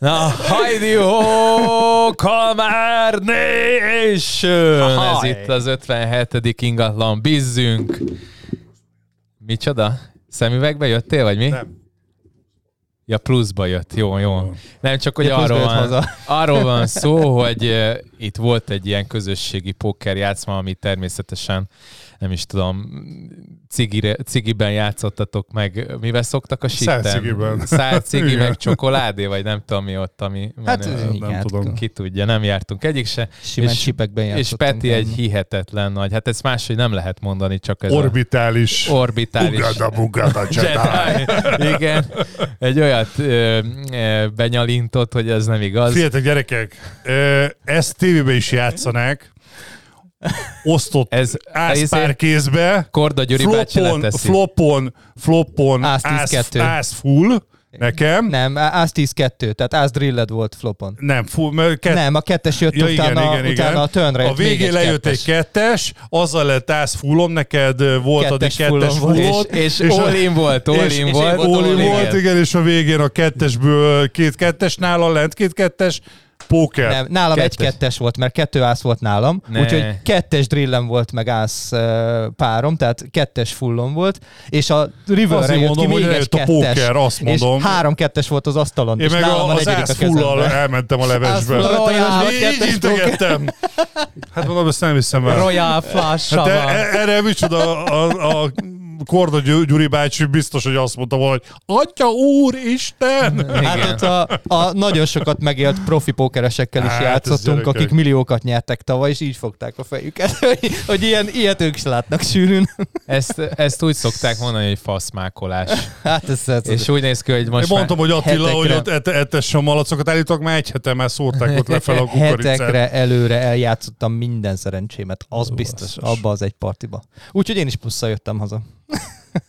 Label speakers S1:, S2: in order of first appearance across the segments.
S1: Na, hajdi ho, kalmárné, és ez
S2: Ahaj.
S1: itt az 57. ingatlan, bizzünk. Micsoda? Szemüvegbe jöttél, vagy mi?
S3: Nem.
S1: Ja, pluszba jött, jó, jó. Nem csak, hogy
S2: Ja, pluszba
S1: arról
S2: jött
S1: van,
S2: haza.
S1: arról van szó, hogy eh, itt volt egy ilyen közösségi poker játszma, ami természetesen, nem is tudom, cigire, cigiben játszottatok meg. Mivel szoktak a sitten?
S3: Szálcigiben.
S1: Szálcigi,
S3: Igen.
S1: meg csokoládé, vagy nem tudom mi ott, ami
S2: Hát
S1: menő.
S2: igen,
S3: nem tudom.
S2: hát
S1: ki tudja, nem jártunk egyik se.
S2: Simán
S1: És-
S2: csipekben
S1: és
S2: játszottunk.
S1: Peti
S2: ennyi.
S1: egy hihetetlen nagy, hát ezt máshogy nem lehet mondani, csak ez a
S3: Orbitális.
S1: orbitális
S3: Ugada, bugada, Jedi.
S1: Jedi. Igen, egy olyat ö, ö, benyalintott, hogy ez nem igaz.
S3: Figyeljetek, gyerekek, ö, ezt tévében is játszanák. Osztott
S1: Ez-
S3: ez,
S1: ez-
S2: izé-
S3: ászpár kézbe.
S1: Korda Gyuri bácsi
S3: Flopon,
S1: leteszi.
S3: flopon, flopon,
S2: Ász
S3: ász,
S2: 12.
S3: ász full. Nekem. Nem,
S2: Nem, az 10-2, tehát az drilled volt flopon.
S3: nem full, mert kett,
S2: Nem, a kettes jött
S3: Ja, igen,
S2: utána,
S3: igen,
S2: utána
S3: igen.
S2: a turn rate,
S3: A végén
S2: még egy
S3: lejött
S2: kettes.
S3: egy kettes, azzal lett ász fullom, neked ö, volt addig
S2: Kettes
S3: kettes
S2: fullom volt.
S3: fullod.
S1: és, és, és
S3: a-
S1: all in volt, all
S3: és-
S1: in
S3: és
S1: volt.
S3: Oli
S1: all in,
S3: volt,
S1: igen.
S3: igen, és a végén a kettesből két kettes, nála lent két kettes, póker.
S2: Nem, nálam
S1: Kettes.
S2: kettes. egy kettes volt, mert kettő ász volt nálam,
S1: Ne.
S2: úgyhogy kettes drillem volt, meg ász ö, párom, tehát kettes fullom volt, és a riverre
S3: Azért
S2: jött
S3: mondom,
S2: ki
S3: hogy
S2: még egy
S3: lejött a
S2: kettes,
S3: póker, azt mondom.
S2: És három kettes volt az asztalon,
S3: Én
S2: és
S3: meg
S2: nálam
S3: a,
S2: a
S3: az
S2: negyedik a
S3: ászfullal
S2: kezemben.
S3: elmentem a levesbe.
S2: Ászfullal ajánlott
S3: Így- Így
S2: kettes
S3: integettem. Hát mondom, ezt nem hiszem el.
S2: Royal flash
S3: Hát e- e- erre micsoda a, a, a Korda Győ- Gyuri bácsi biztos, hogy azt mondta volna, hogy Atya úr, Isten!
S2: Hát
S1: igen.
S2: ott a, a nagyon sokat megélt profi pókeresekkel is
S3: Hát, ez
S2: játszottunk,
S3: gyerekek.
S2: akik milliókat nyertek tavaly, és így fogták a fejüket, hogy, hogy ilyen, ilyet ők is látnak sűrűn.
S1: Ezt, ezt úgy szokták mondani, hogy faszmákolás.
S2: Hát ez, ez,
S1: És úgy néz ki, hogy most
S3: Én mondtam, hogy Attila,
S2: hetekre-
S3: hogy ott et- etesse a malacokat, állítok már egy hete, már szórták ott lefelé a kukoricát.
S2: Hetekre előre eljátszottam minden szerencsémet, az biztos, abba az egy partiba. Úgyhogy én is plusszal jöttem haza.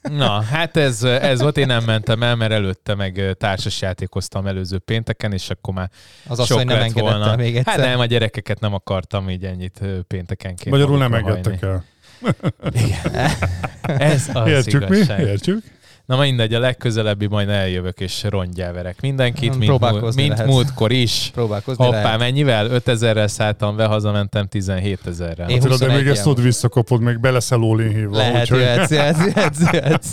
S1: Na, hát ez, ez volt, én nem mentem el, mert előtte meg társasjátékoztam előző pénteken, és akkor már
S2: Az azt,
S1: sok
S2: hogy nem
S1: lett
S2: engedett
S1: volna.
S2: el még egyszer.
S1: Hát nem, a gyerekeket nem akartam így ennyit ö, péntekenként.
S3: Magyarul nem
S1: magukra
S3: engedtek
S1: hagyni.
S3: el.
S1: Ez az
S3: Értjük mi?
S1: igazság.
S3: Értjük.
S1: Na mindegy, a legközelebbi majd eljövök és rongyelverek mindenkit,
S2: Hmm,
S1: mint, múlt,
S2: próbálkozni
S1: mint
S2: lehet.
S1: múltkor is.
S2: Próbálkozni
S1: Hoppá,
S2: lehet.
S1: mennyivel? 5000-rel szálltam be, hazamentem 17
S2: Én
S1: ezerrel.
S3: Attila, de még
S2: 21
S3: ezt ott visszakapod, még beleszel Ólin hívva.
S2: Lehet,
S3: úgyhogy-
S2: jöhetsz, jöhetsz, jöhetsz, jöhetsz.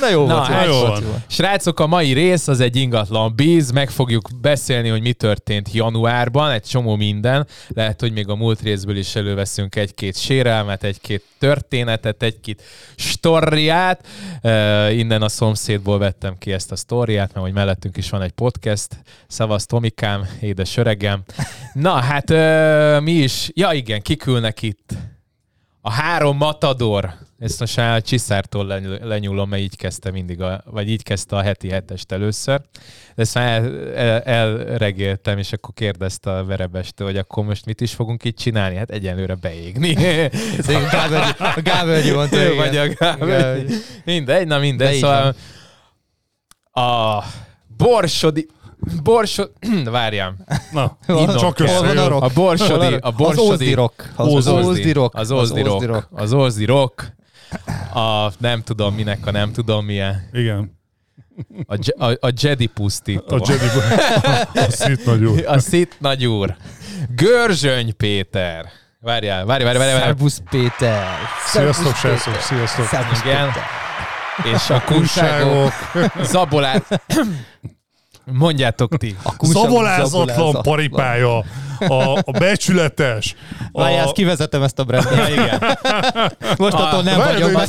S2: Na jó
S1: Na,
S2: volt,
S1: hát
S2: jó
S3: jó
S2: volt.
S3: van.
S2: jó volt.
S1: Srácok, a mai rész az egy ingatlan bíz, meg fogjuk beszélni, hogy mi történt januárban, egy csomó minden. Lehet, hogy még a múlt részből is előveszünk egy-két sérelmet, egy-két történetet, egy-két sztoriát. Uh, innen a szomszédból vettem ki ezt a sztoriát, mert hogy mellettünk is van egy podcast. Szavasz Tomikám, édes öregem. Na, hát uh, mi is, ja igen, kikülnek itt. A három matador. Ezt most már a Csiszártól leny- lenyúlom, mert így kezdte mindig, a, vagy így kezdte a heti hetest először. De ezt már el, el, elregéltem, és akkor kérdezte a verebestől, hogy akkor most mit is fogunk itt csinálni? Hát egyenlőre beégni.
S2: Ez igen, Gábor- A Gábor mondta,
S1: Ő
S2: igen.
S1: vagy a Gábor.
S2: Gábor.
S1: Mindegy, na mindegy.
S2: De így
S1: szóval a borsodi... Borsod... Várjam.
S3: Na,
S2: Hol-
S3: csak
S1: hol
S2: van
S3: összejön.
S2: rock?
S1: A borsodi... A
S2: Az
S1: borsodi...
S2: Ózdi Rock. Az
S1: Az
S2: Ózdi Rock.
S1: Az Ózdi
S2: Az Ózdi
S1: Rock.
S2: Rock.
S1: Az Ózdi Rock. A nem tudom minek, a nem tudom milyen.
S3: Igen.
S1: A, Je- a, a Jedi pusztító.
S3: A Jedi A szit nagyon.
S1: a Szit nagyúr. Görzsöny Péter. Várjál, várj, várj, várj, várj.
S2: Szerbusz Péter.
S3: Sziasztok,
S2: Szerbusz Péter.
S3: srácok, sziasztok.
S2: Szerbusz
S1: Igen.
S2: Péter.
S1: És a kunságok.
S3: Kunságok.
S1: Zabolát. Mondjátok ti.
S2: Kunságok,
S3: Szabolázatlan
S2: zabolázatlan.
S3: paripája. A, a becsületes. A,
S2: Várjál, ezt kivezetem ezt a brendet.
S1: Ja, igen.
S2: Most attól nem
S3: várjad,
S2: vagyok
S3: hogy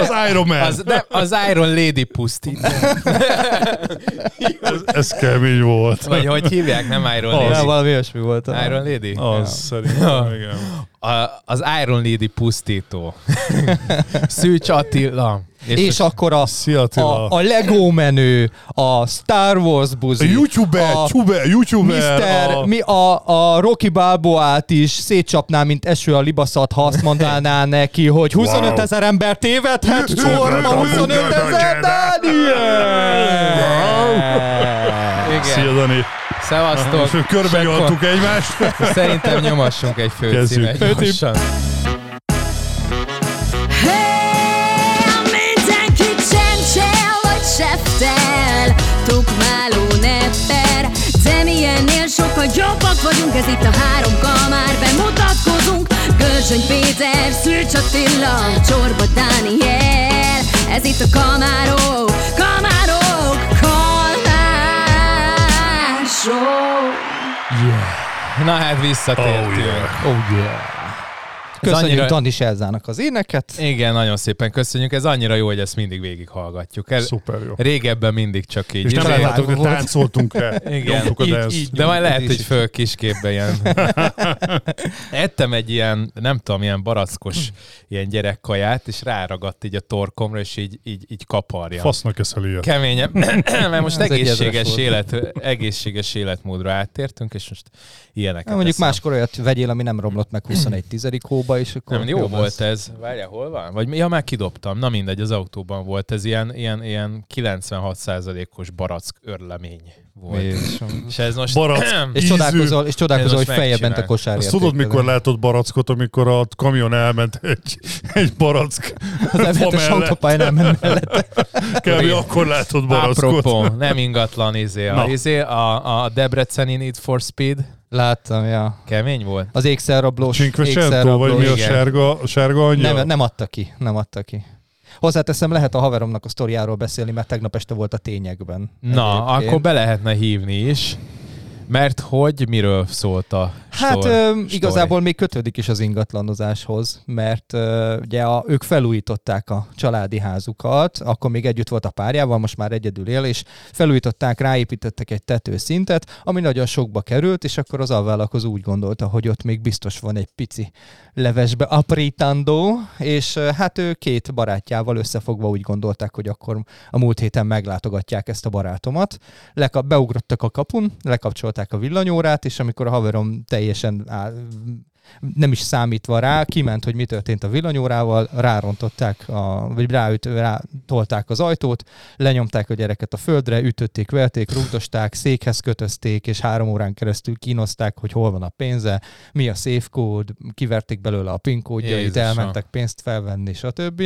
S1: Iron,
S3: az
S2: az
S3: az Iron Man.
S1: az, nem, az Iron Lady pusztít.
S3: ez, ez kemény volt.
S1: Vagy hogy hívják, nem Iron
S3: Az.
S2: Ja,
S1: Lady.
S2: valami olyasmi volt.
S1: Iron Lady?
S3: Az szerintem, igen.
S1: A, az Iron Lady pusztító. Szűcs Attila.
S2: És akkor a,
S3: Szia
S2: a,
S3: Attila.
S2: a Lego menő, a Star Wars
S3: A
S2: buzi,
S3: youtuber,
S2: a
S3: csube, youtuber.
S2: Mr.
S3: a-
S2: mi a, a Rocky Balboát is szétcsapná, mint eső a libaszat, ha azt mondaná neki, hogy 25
S3: Wow.
S2: ezer ember tévedhet,
S3: Ő-
S2: sorra
S3: ő-
S2: 25 ezer Dániel!
S1: Igen.
S3: Szia Dani.
S1: Szevasztok.
S3: Körbe nyaltuk egymást.
S1: Szerintem nyomassunk egy főcímet.
S3: Kezdjük.
S1: gyorsan.
S4: Hé, mindenki csend, csend, vagy seftel, tu vagyunk, váló nepper Zenéjénél sokkal jobbak vagyunk, ez itt a három kamár Bemutatkozunk, Görzsöny Péter, Szűcs Attila, Csorba Dániel Ez itt a kamárok, kamárok, kamárok
S1: Na hát visszatértünk.
S3: Oh, yeah.
S1: Oh, yeah.
S2: Köszönjük
S1: annyira-
S2: annyira... Dani Selzának az éneket.
S1: Igen, nagyon szépen köszönjük. Ez annyira jó, hogy ezt mindig végighallgatjuk. Ez
S3: Szuper jó.
S1: Régebben mindig csak így.
S3: És nem
S1: izé-
S3: láttuk, de
S2: volt.
S3: táncoltunk rá.
S1: Igen,
S3: Nyomtuk a dance.
S1: de majd lehet,
S2: így
S1: hogy
S2: is.
S1: föl kisképbe ilyen. Ettem egy ilyen, nem tudom, ilyen barackos ilyen gyerekkaját, és ráragadt így a torkomra, és így, így, így kaparja.
S3: Fasznak eszel ilyet.
S1: Keményen, mert most
S2: Ez egy
S1: egészséges,
S2: ezres
S1: élet, egészséges életmódra áttértünk, és most ilyeneket
S2: Nem, mondjuk
S1: eszem.
S2: máskor olyat vegyél, ami nem romlott meg 21 tizedik hóba, és akkor
S1: Nem, jó
S2: lesz.
S1: volt eh? ez. Várjál, hol van? Vagy mi- ja, már kidobtam. Na mindegy, az autóban volt. Ez ilyen, ilyen, ilyen 96%-os barack örlemény volt.
S2: Jézusom.
S1: És ez most...
S3: Barack.
S2: És
S3: um, Ízű.
S2: csodálkozol, és
S1: Ez
S2: csodálkozol
S1: most
S2: hogy feljebb ment a
S1: megcsinál.
S2: kosár.
S3: Azt tudod,
S2: értékben.
S3: mikor látott barackot, amikor a kamion elment egy, egy barack
S2: Az
S3: fa
S2: M7-es
S3: mellett.
S2: autópályán elment mellett.
S3: Kb.
S1: Igen.
S3: akkor látott barackot.
S1: Apropó, nem ingatlan izé. A,
S3: Na.
S1: izé a, a Debreceni Need for Speed
S2: Láttam, ja.
S1: kemény volt.
S2: Az ékszerrablós.
S3: Csinkvesentó, vagy mi a
S1: igen.
S3: sárga, a sárga angyal?
S2: nem, nem adta ki, nem adta ki. Hozzáteszem, lehet a haveromnak a sztoriáról beszélni, mert tegnap este volt a tényekben.
S1: Na,
S2: Egyébként.
S1: akkor be lehetne hívni is. Mert hogy miről szólt a
S2: Hát
S1: stor-
S2: ö,
S1: story?
S2: igazából még kötődik is az ingatlanozáshoz, mert ö, ugye a, ők felújították a családi házukat, akkor még együtt volt a párjával, most már egyedül él, és felújították, ráépítettek egy tetőszintet, ami nagyon sokba került, és akkor az alvállalkozó úgy gondolta, hogy ott még biztos van egy pici levesbe aprítandó, és ö, hát ő két barátjával összefogva úgy gondolták, hogy akkor a múlt héten meglátogatják ezt a barátomat. Leka- beugrottak a kapun, lekapcsolták a villanyórát, és amikor a haverom teljesen á- nem is számítva rá, kiment, hogy mi történt a villanyórával, rárontották, a, vagy ráüt, rá tolták az ajtót, lenyomták a gyereket a földre, ütötték, verték, rúgdosták, székhez kötözték, és három órán keresztül kínozták, hogy hol van a pénze, mi a safe code, kiverték belőle a PIN kódjait,
S1: Jézusom.
S2: elmentek pénzt felvenni, stb.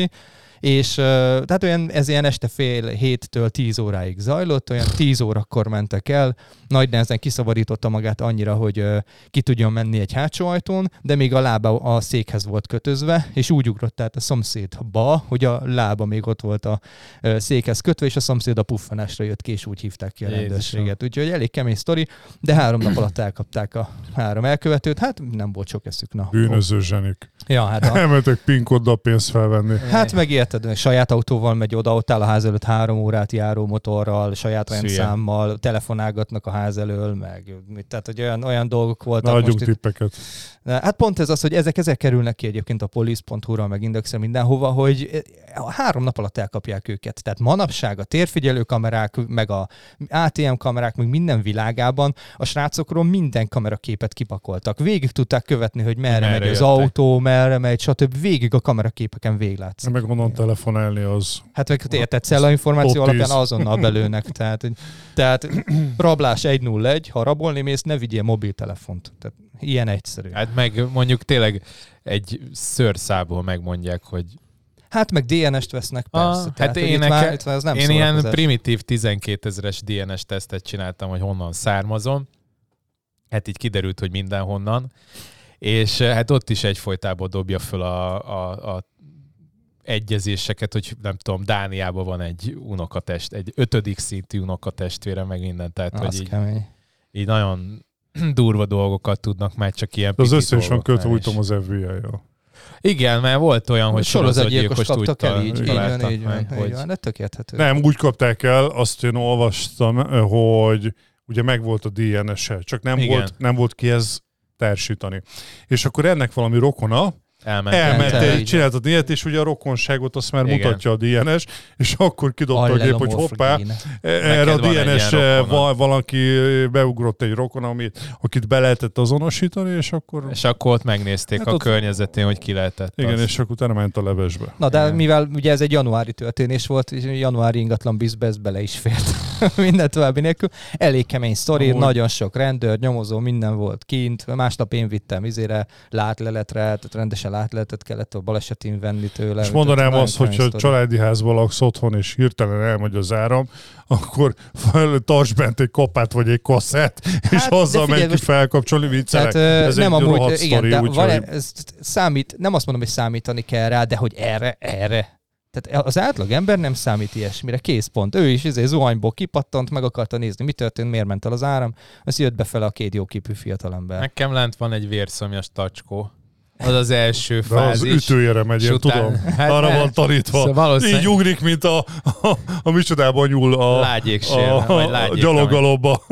S2: És ö, tehát olyan, ez ilyen este fél héttől tíz óráig zajlott, olyan tíz órakor mentek el, nagy nehezen kiszabadította magát annyira, hogy ö, ki tudjon menni egy hátsó ajtón, de még a lába a székhez volt kötözve, és úgy ugrott át a szomszédba, hogy a lába még ott volt a ö, székhez kötve, és a szomszéd a puffanásra jött ki, és úgy hívták ki a
S1: Jézusom.
S2: rendőrséget. Úgyhogy elég kemény sztori, de három nap alatt elkapták a három elkövetőt, hát nem volt sok eszük. Na,
S3: Bűnöző zsenik.
S2: Ja, hát a,
S3: Elmentek pinkoddal pénzt felvenni.
S2: Hát megijedted, hogy saját autóval megy oda, ott áll a ház előtt három órát járó motorral, saját
S1: Szülye.
S2: rendszámmal, telefonálgatnak a ház elől, meg mit- tehát hogy olyan, olyan dolgok
S3: Na,
S2: voltak
S3: adjunk
S2: itt.
S3: tippeket.
S2: Na, Hát pont ez az, hogy ezek, ezek kerülnek ki egyébként a police.hu-ra, meg indexre mindenhova, hogy eh, három nap alatt elkapják őket. Tehát manapság a térfigyelő kamerák, meg a ATM kamerák, meg minden világában a srácokról minden kameraképet kipakoltak. Végig tudták követni, hogy merre,
S1: Merre
S2: merre megy az
S1: jöttek.
S2: autó, merre megy, stb. Végig a kameraképeken véglátsz.
S3: Meg onnan telefonálni az.
S2: Hát meg érted, cella információ
S3: Top
S2: alapján
S3: 10.
S2: azonnal belőnek. Tehát, hogy- tehát rablás 101, ha rabolni mész, ne vigyél mobiltelefont. Tehát ilyen egyszerű.
S1: Hát meg mondjuk tényleg egy szőrszából megmondják, hogy
S2: Hát meg DNS-t vesznek,
S1: Ah,
S2: persze.
S1: hát
S2: hogy itt
S1: éneke-
S2: már- itt már ez nem
S1: Én ilyen
S2: szórakozás.
S1: primitív 12 ezeres DNS tesztet csináltam, hogy honnan származom. Hát így kiderült, hogy mindenhonnan. És eh, hát ott is egyfolytában dobja föl a, a, a egyezéseket, hogy nem tudom, Dániában van egy unokatest, egy ötödik szintű unokatestvére, meg minden, tehát
S2: Az
S1: hogy így,
S2: kemény.
S1: így nagyon durva dolgokat tudnak már csak ilyen
S3: De az
S1: pici
S3: összesen
S1: dolgoknál is.
S3: kötújtom az FBI-jal.
S1: Igen, mert volt olyan, hogy
S2: sorozatgyilkos
S1: sorozatgyilkost úgy
S2: kaptak el, így, így van,
S1: találtak
S2: így
S1: meg,
S2: van,
S1: hogy-
S2: így van. De tök érthető.
S3: Nem, úgy kapták el, azt én olvastam, hogy ugye megvolt a DNS-e, csak nem
S1: Igen.
S3: volt, nem volt ki ez társítani. És akkor ennek valami rokona
S1: elment.
S3: elment,
S2: Elment el,
S3: egy-
S2: így
S3: csináltat ilyet, és ugye a rokonságot azt már
S1: Igen.
S3: mutatja a DNS, és akkor kidobta a gép, hogy hoppá,
S2: Allelomorfogén.
S3: erre a
S1: van egy
S3: DNS
S1: ilyen rokonod.
S3: val- valaki beugrott egy rokon, amit, akit be lehetett azonosítani, és akkor...
S1: És akkor ott megnézték
S3: Hát
S1: a
S3: ott-
S1: környezetén, hogy ki lehetett
S3: Igen,
S1: az.
S3: és akkor utána ment a levesbe.
S2: Na de
S1: Igen.
S2: mivel ugye ez egy januári történés volt, és januári ingatlan bizbe ez bele is fért minden további nélkül. Elég kemény sztori,
S3: Amúgy.
S2: nagyon sok rendőr, nyomozó, minden volt kint. Másnap én vittem izére, látleletre, tehát rendesen teljesen átletet kellett a balesetén venni tőle.
S3: És mondanám
S2: Tehát
S3: azt, hogyha a
S2: sztori.
S3: családi házban laksz otthon, és hirtelen elmegy az áram, akkor fel- tarts bent egy kopát vagy egy kasszát, és
S2: Hát, de
S3: azzal
S2: figyelj,
S3: menj ki
S2: most-
S3: felkapcsolni viccelek.
S2: Tehát ö,
S3: Ez
S2: nem
S3: egy
S2: amúgy,
S3: rohadt
S2: igen,
S3: sztori,
S2: de
S3: úgyhogy-
S2: van ez számít, nem azt mondom, hogy számítani kell rá, de hogy erre, erre. Tehát az átlag ember nem számít ilyesmire, készpont. Ő is izé, zuhanyból kipattant, meg akarta nézni, mi történt, miért ment el az áram. Azt jött befele a két jóképű fiatalember.
S1: Nekem lent van egy vérszomjas tacskó. Az az első
S3: De az
S1: fázis.
S3: ütőjére megy, én
S1: és után-
S3: tudom.
S1: Hát
S3: Arra
S1: ne.
S3: van tanítva.
S1: Szóval valószínűleg-
S3: Így ugrik, mint a, a, a, micsodában nyúl a,
S1: Lágyéksér, vagy
S3: a
S1: lágyék,
S3: gyalogalomba.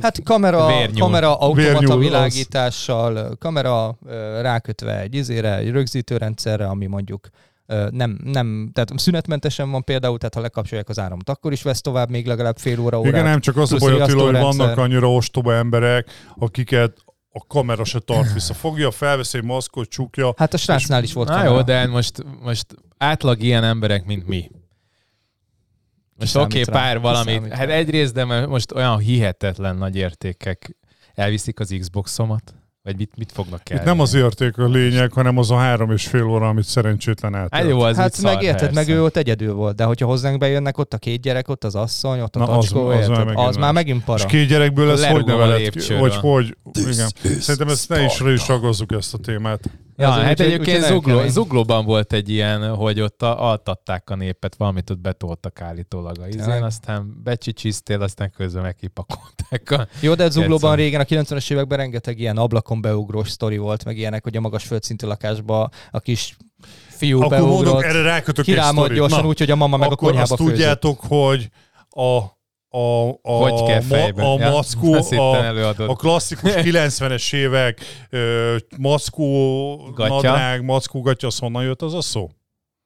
S2: Hát kamera,
S1: Vérnyúl.
S2: kamera
S3: Vérnyúl,
S2: automata
S3: az.
S2: világítással, kamera ö, rákötve egy izére, egy rögzítőrendszerre, ami mondjuk ö, nem, nem, tehát szünetmentesen van például, tehát ha lekapcsolják az áramot, akkor is vesz tovább még legalább fél óra órát.
S3: Igen, nem csak az a
S2: plusz
S3: baj, Attila, hogy
S2: riasztórendszer.
S3: vannak annyira ostoba emberek, akiket a kamera se tart vissza. Fogja, felveszi egy maszkot, csukja.
S2: Hát a srácnál is volt
S1: Na
S2: kamera.
S1: jó, de Hát most, most átlag ilyen emberek, mint mi. Most
S2: Kiszámít
S1: oké, okay,
S2: rá,
S1: pár
S2: kiszámít
S1: valamit.
S2: rá.
S1: Hát egyrészt, de mert most olyan hihetetlen nagy értékek elviszik az Xboxomat, vagy mit, mit fognak el?
S3: Itt nem az érték a lényeg, hanem az a három és fél óra, amit szerencsétlen át.
S1: Hát jó, az
S2: hát
S1: mit szar,
S2: megérted,
S1: persze.
S2: meg ő ott egyedül volt, de hogyha hozzánk bejönnek, ott a két gyerek, ott az asszony, ott a
S3: Na,
S2: Na,
S3: az-
S2: tacskó,
S3: az
S2: az,
S3: már
S2: az,
S3: megint
S2: az már
S3: más.
S2: megint para.
S3: És két gyerekből lesz hogy
S1: Lerugom a
S3: neveled ki,
S1: lépcsőről.
S3: vagy hogy. Igen. Szerintem ezt ne is, is ragozzuk ezt a témát.
S1: Ja,
S2: Az úgy,
S1: hát
S2: hogy-
S1: egyébként
S2: úgyhogy nagyon
S1: zugló,
S2: kemény.
S1: zuglóban volt egy ilyen, hogy ott a, altatták a népet, valamit ott betoltak állítólag a izén,
S2: Tényleg?
S1: aztán becsicsiztél, aztán közben megkipakolták a...
S2: Jó, de Zuglóban
S1: Játszani.
S2: régen a 90-es években rengeteg ilyen ablakon beugrós sztori volt, meg ilyenek, hogy a magas földszintű lakásba a kis fiú
S3: Akkor mondok,
S2: beugrott,
S3: erre rákötök egy
S2: kirámolt
S3: sztorit.
S2: gyorsan
S3: Na.
S2: úgy, hogy a mama meg a
S3: akkor
S2: konyhába
S3: azt
S2: főzött.
S3: tudjátok, hogy a a, a,
S1: Hogy kell
S3: ma-
S1: fejben?
S3: a
S1: Ja,
S3: mackó,
S1: azt hittem
S3: a,
S1: előadod.
S3: a klasszikus 90-es évek ö, mackó,
S1: Gatya.
S3: nadrág, mackó gatya, az honnan jött az a szó?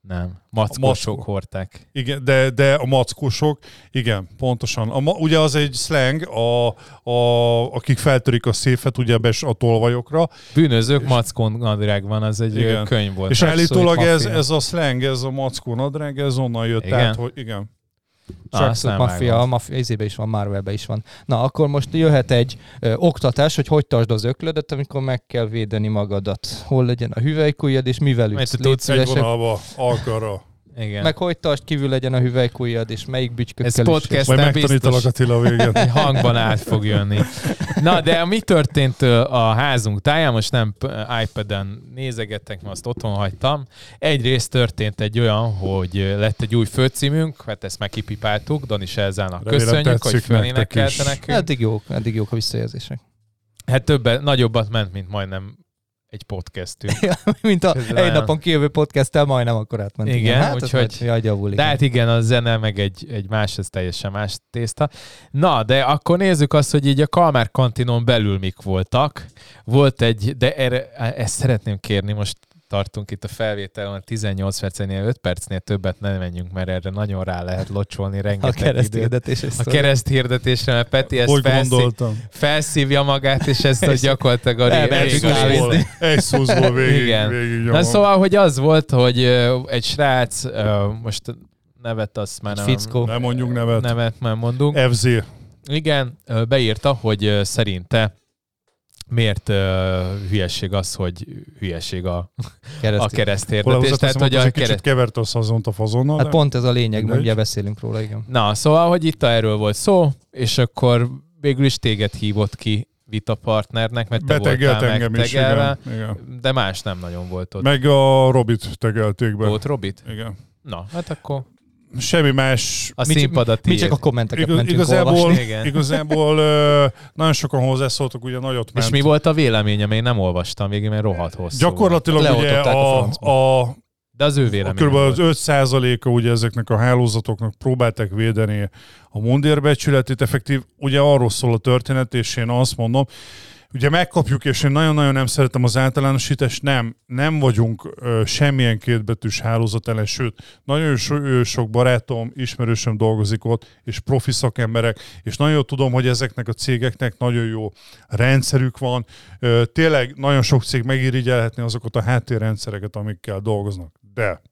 S1: Nem,
S3: mackó.
S1: mackósok hordták.
S3: Igen, de, de a mackósok, igen, pontosan. A, ma- ugye az egy slang, a, a, akik feltörik a széfet, ugye bes a tolvajokra,
S1: Bűnözők, mackón nadrág van, az egy
S3: Igen.
S1: Igen. könyv volt.
S3: és
S1: Abszolút
S3: állítólag ez,
S1: maffia.
S3: ez a slang, ez a mackó nadrág, ez onnan jött,
S1: Igen?
S3: tehát, hogy igen.
S1: Na,
S2: Csak
S1: azt
S2: szóval
S1: nem
S2: maffia, a
S1: vágom.
S2: maffia izébe is van, Marvelbe is van. Na, akkor most jöhet egy ö, oktatás, hogy hogy tartsd az öklödet, amikor meg kell védeni magadat. Hol legyen a hüvelykujjad, és mivel
S1: Mert
S2: ütsz.
S1: tudsz,
S2: Légy
S3: Egy
S2: szíves,
S3: vonalba, alkarra.
S1: Igen.
S2: Meg hogy tartsd kívül legyen a hüvelykujjad, és melyik
S1: ez
S2: bütykökkel üssél.
S1: podcast,
S3: Majd
S1: nem
S3: megtanítalak
S1: biztos.
S3: Attila a végén.
S1: hangban át fog jönni. Na, de mi történt ö, a házunk táján? Most nem p- iPad-en nézegettek, mert azt otthon hagytam. Egyrészt történt egy olyan, hogy ö, lett egy új főcímünk, hát ezt már kipipáltuk, Donis Elzának
S3: Remélem
S1: köszönjük, hogy
S3: tetszik nektek is.
S1: fölénekelte nekünk.
S2: Eddig jók, eddig jók a visszajelzések.
S1: Hát többet, nagyobbat ment, mint majdnem egy podcastünk.
S2: Mint a
S1: Ez
S2: egy
S1: olyan.
S2: napon kijövő podcasttel majdnem akkor átment.
S1: Igen,
S2: hát ez
S1: úgyhogy-
S2: majd jaj, javul,
S1: De
S2: igen.
S1: hát igen, a zene meg egy, egy más, ez teljesen más tészta. Na, de akkor nézzük azt, hogy így a Kalmár kantinon belül mik voltak. Volt egy, de erre, ezt szeretném kérni, most tartunk itt a felvételen a 18 percnél, 5 percnél többet nem menjünk, mert erre nagyon rá lehet locsolni
S2: a
S1: rengeteg időt.
S2: keresztüldetés.
S1: A kereszt hirdetésre, mert Peti ezt
S3: Hogy
S1: felszív,
S3: gondoltam?
S1: felszívja magát, és ezt a gyakorlatilag a ré-
S2: Elmegy
S3: Egy
S1: régóta-
S3: szózból, egy szózból végig,
S1: Igen.
S3: végig
S1: Na
S3: nyomom.
S1: szóval, hogy az volt, hogy ö, egy srác, ö, most nevet azt már nem,
S2: Egy fickó.
S3: Nem mondjuk nevet.
S1: nevet már mondunk.
S3: FZ.
S1: Igen, ö, beírta, hogy ö, szerinte miért ö, hülyeség az, hogy hülyeség a, a keresztérdetés.
S3: Hozzáteszem,
S1: Tehát,
S3: hogy
S1: hogy a
S3: egy kicsit
S1: kereszt...
S3: keverte a szazont a fazonnal,
S2: Hát
S3: de-
S2: pont ez a lényeg,
S3: Mindegy.
S2: mindjárt beszélünk róla, igen.
S1: Na, szóval, hogy itt erről volt szó, és akkor végül is téged hívott ki vitapartnernek, mert te
S3: Betegelt
S1: voltál
S3: engem is,
S1: megtegelve,
S3: igen. igen.
S1: de más nem nagyon volt ott.
S3: Meg a Robit tegelték be.
S1: Volt Robit?
S3: Igen.
S1: Na, hát akkor
S3: Semmi más.
S1: a
S2: Mi csak-
S1: színpad a
S2: Mi
S1: tiéd.
S2: csak a kommenteket
S3: Igaz,
S2: mentünk
S3: igazából,
S2: olvasni.
S1: Igen.
S3: igazából ö, nagyon sokan hozzászóltak, ugye nagyot ment.
S1: És mi volt Szóval a véleményem? Én nem olvastam végig, mert rohadt hosszú. volt.
S3: Gyakorlatilag ugye
S2: Leontották a
S3: a, a, a
S1: De az ő
S3: A
S1: véleménye
S3: kb. az
S1: volt.
S3: 5%-a ugye ezeknek a hálózatoknak próbálták védeni a mundérbecsületét. Effektív, ugye arról szól a történet, és én azt mondom, ugye megkapjuk, és én nagyon-nagyon nem szeretem az általánosítást, nem, nem vagyunk ö, semmilyen kétbetűs hálózat ellen, sőt, nagyon so, ö, sok barátom, ismerősöm dolgozik ott, és profi szakemberek, és nagyon tudom, hogy ezeknek a cégeknek nagyon jó rendszerük van. Ö, tényleg nagyon sok cég megirigyelhetné azokat a háttérrendszereket, amikkel dolgoznak. De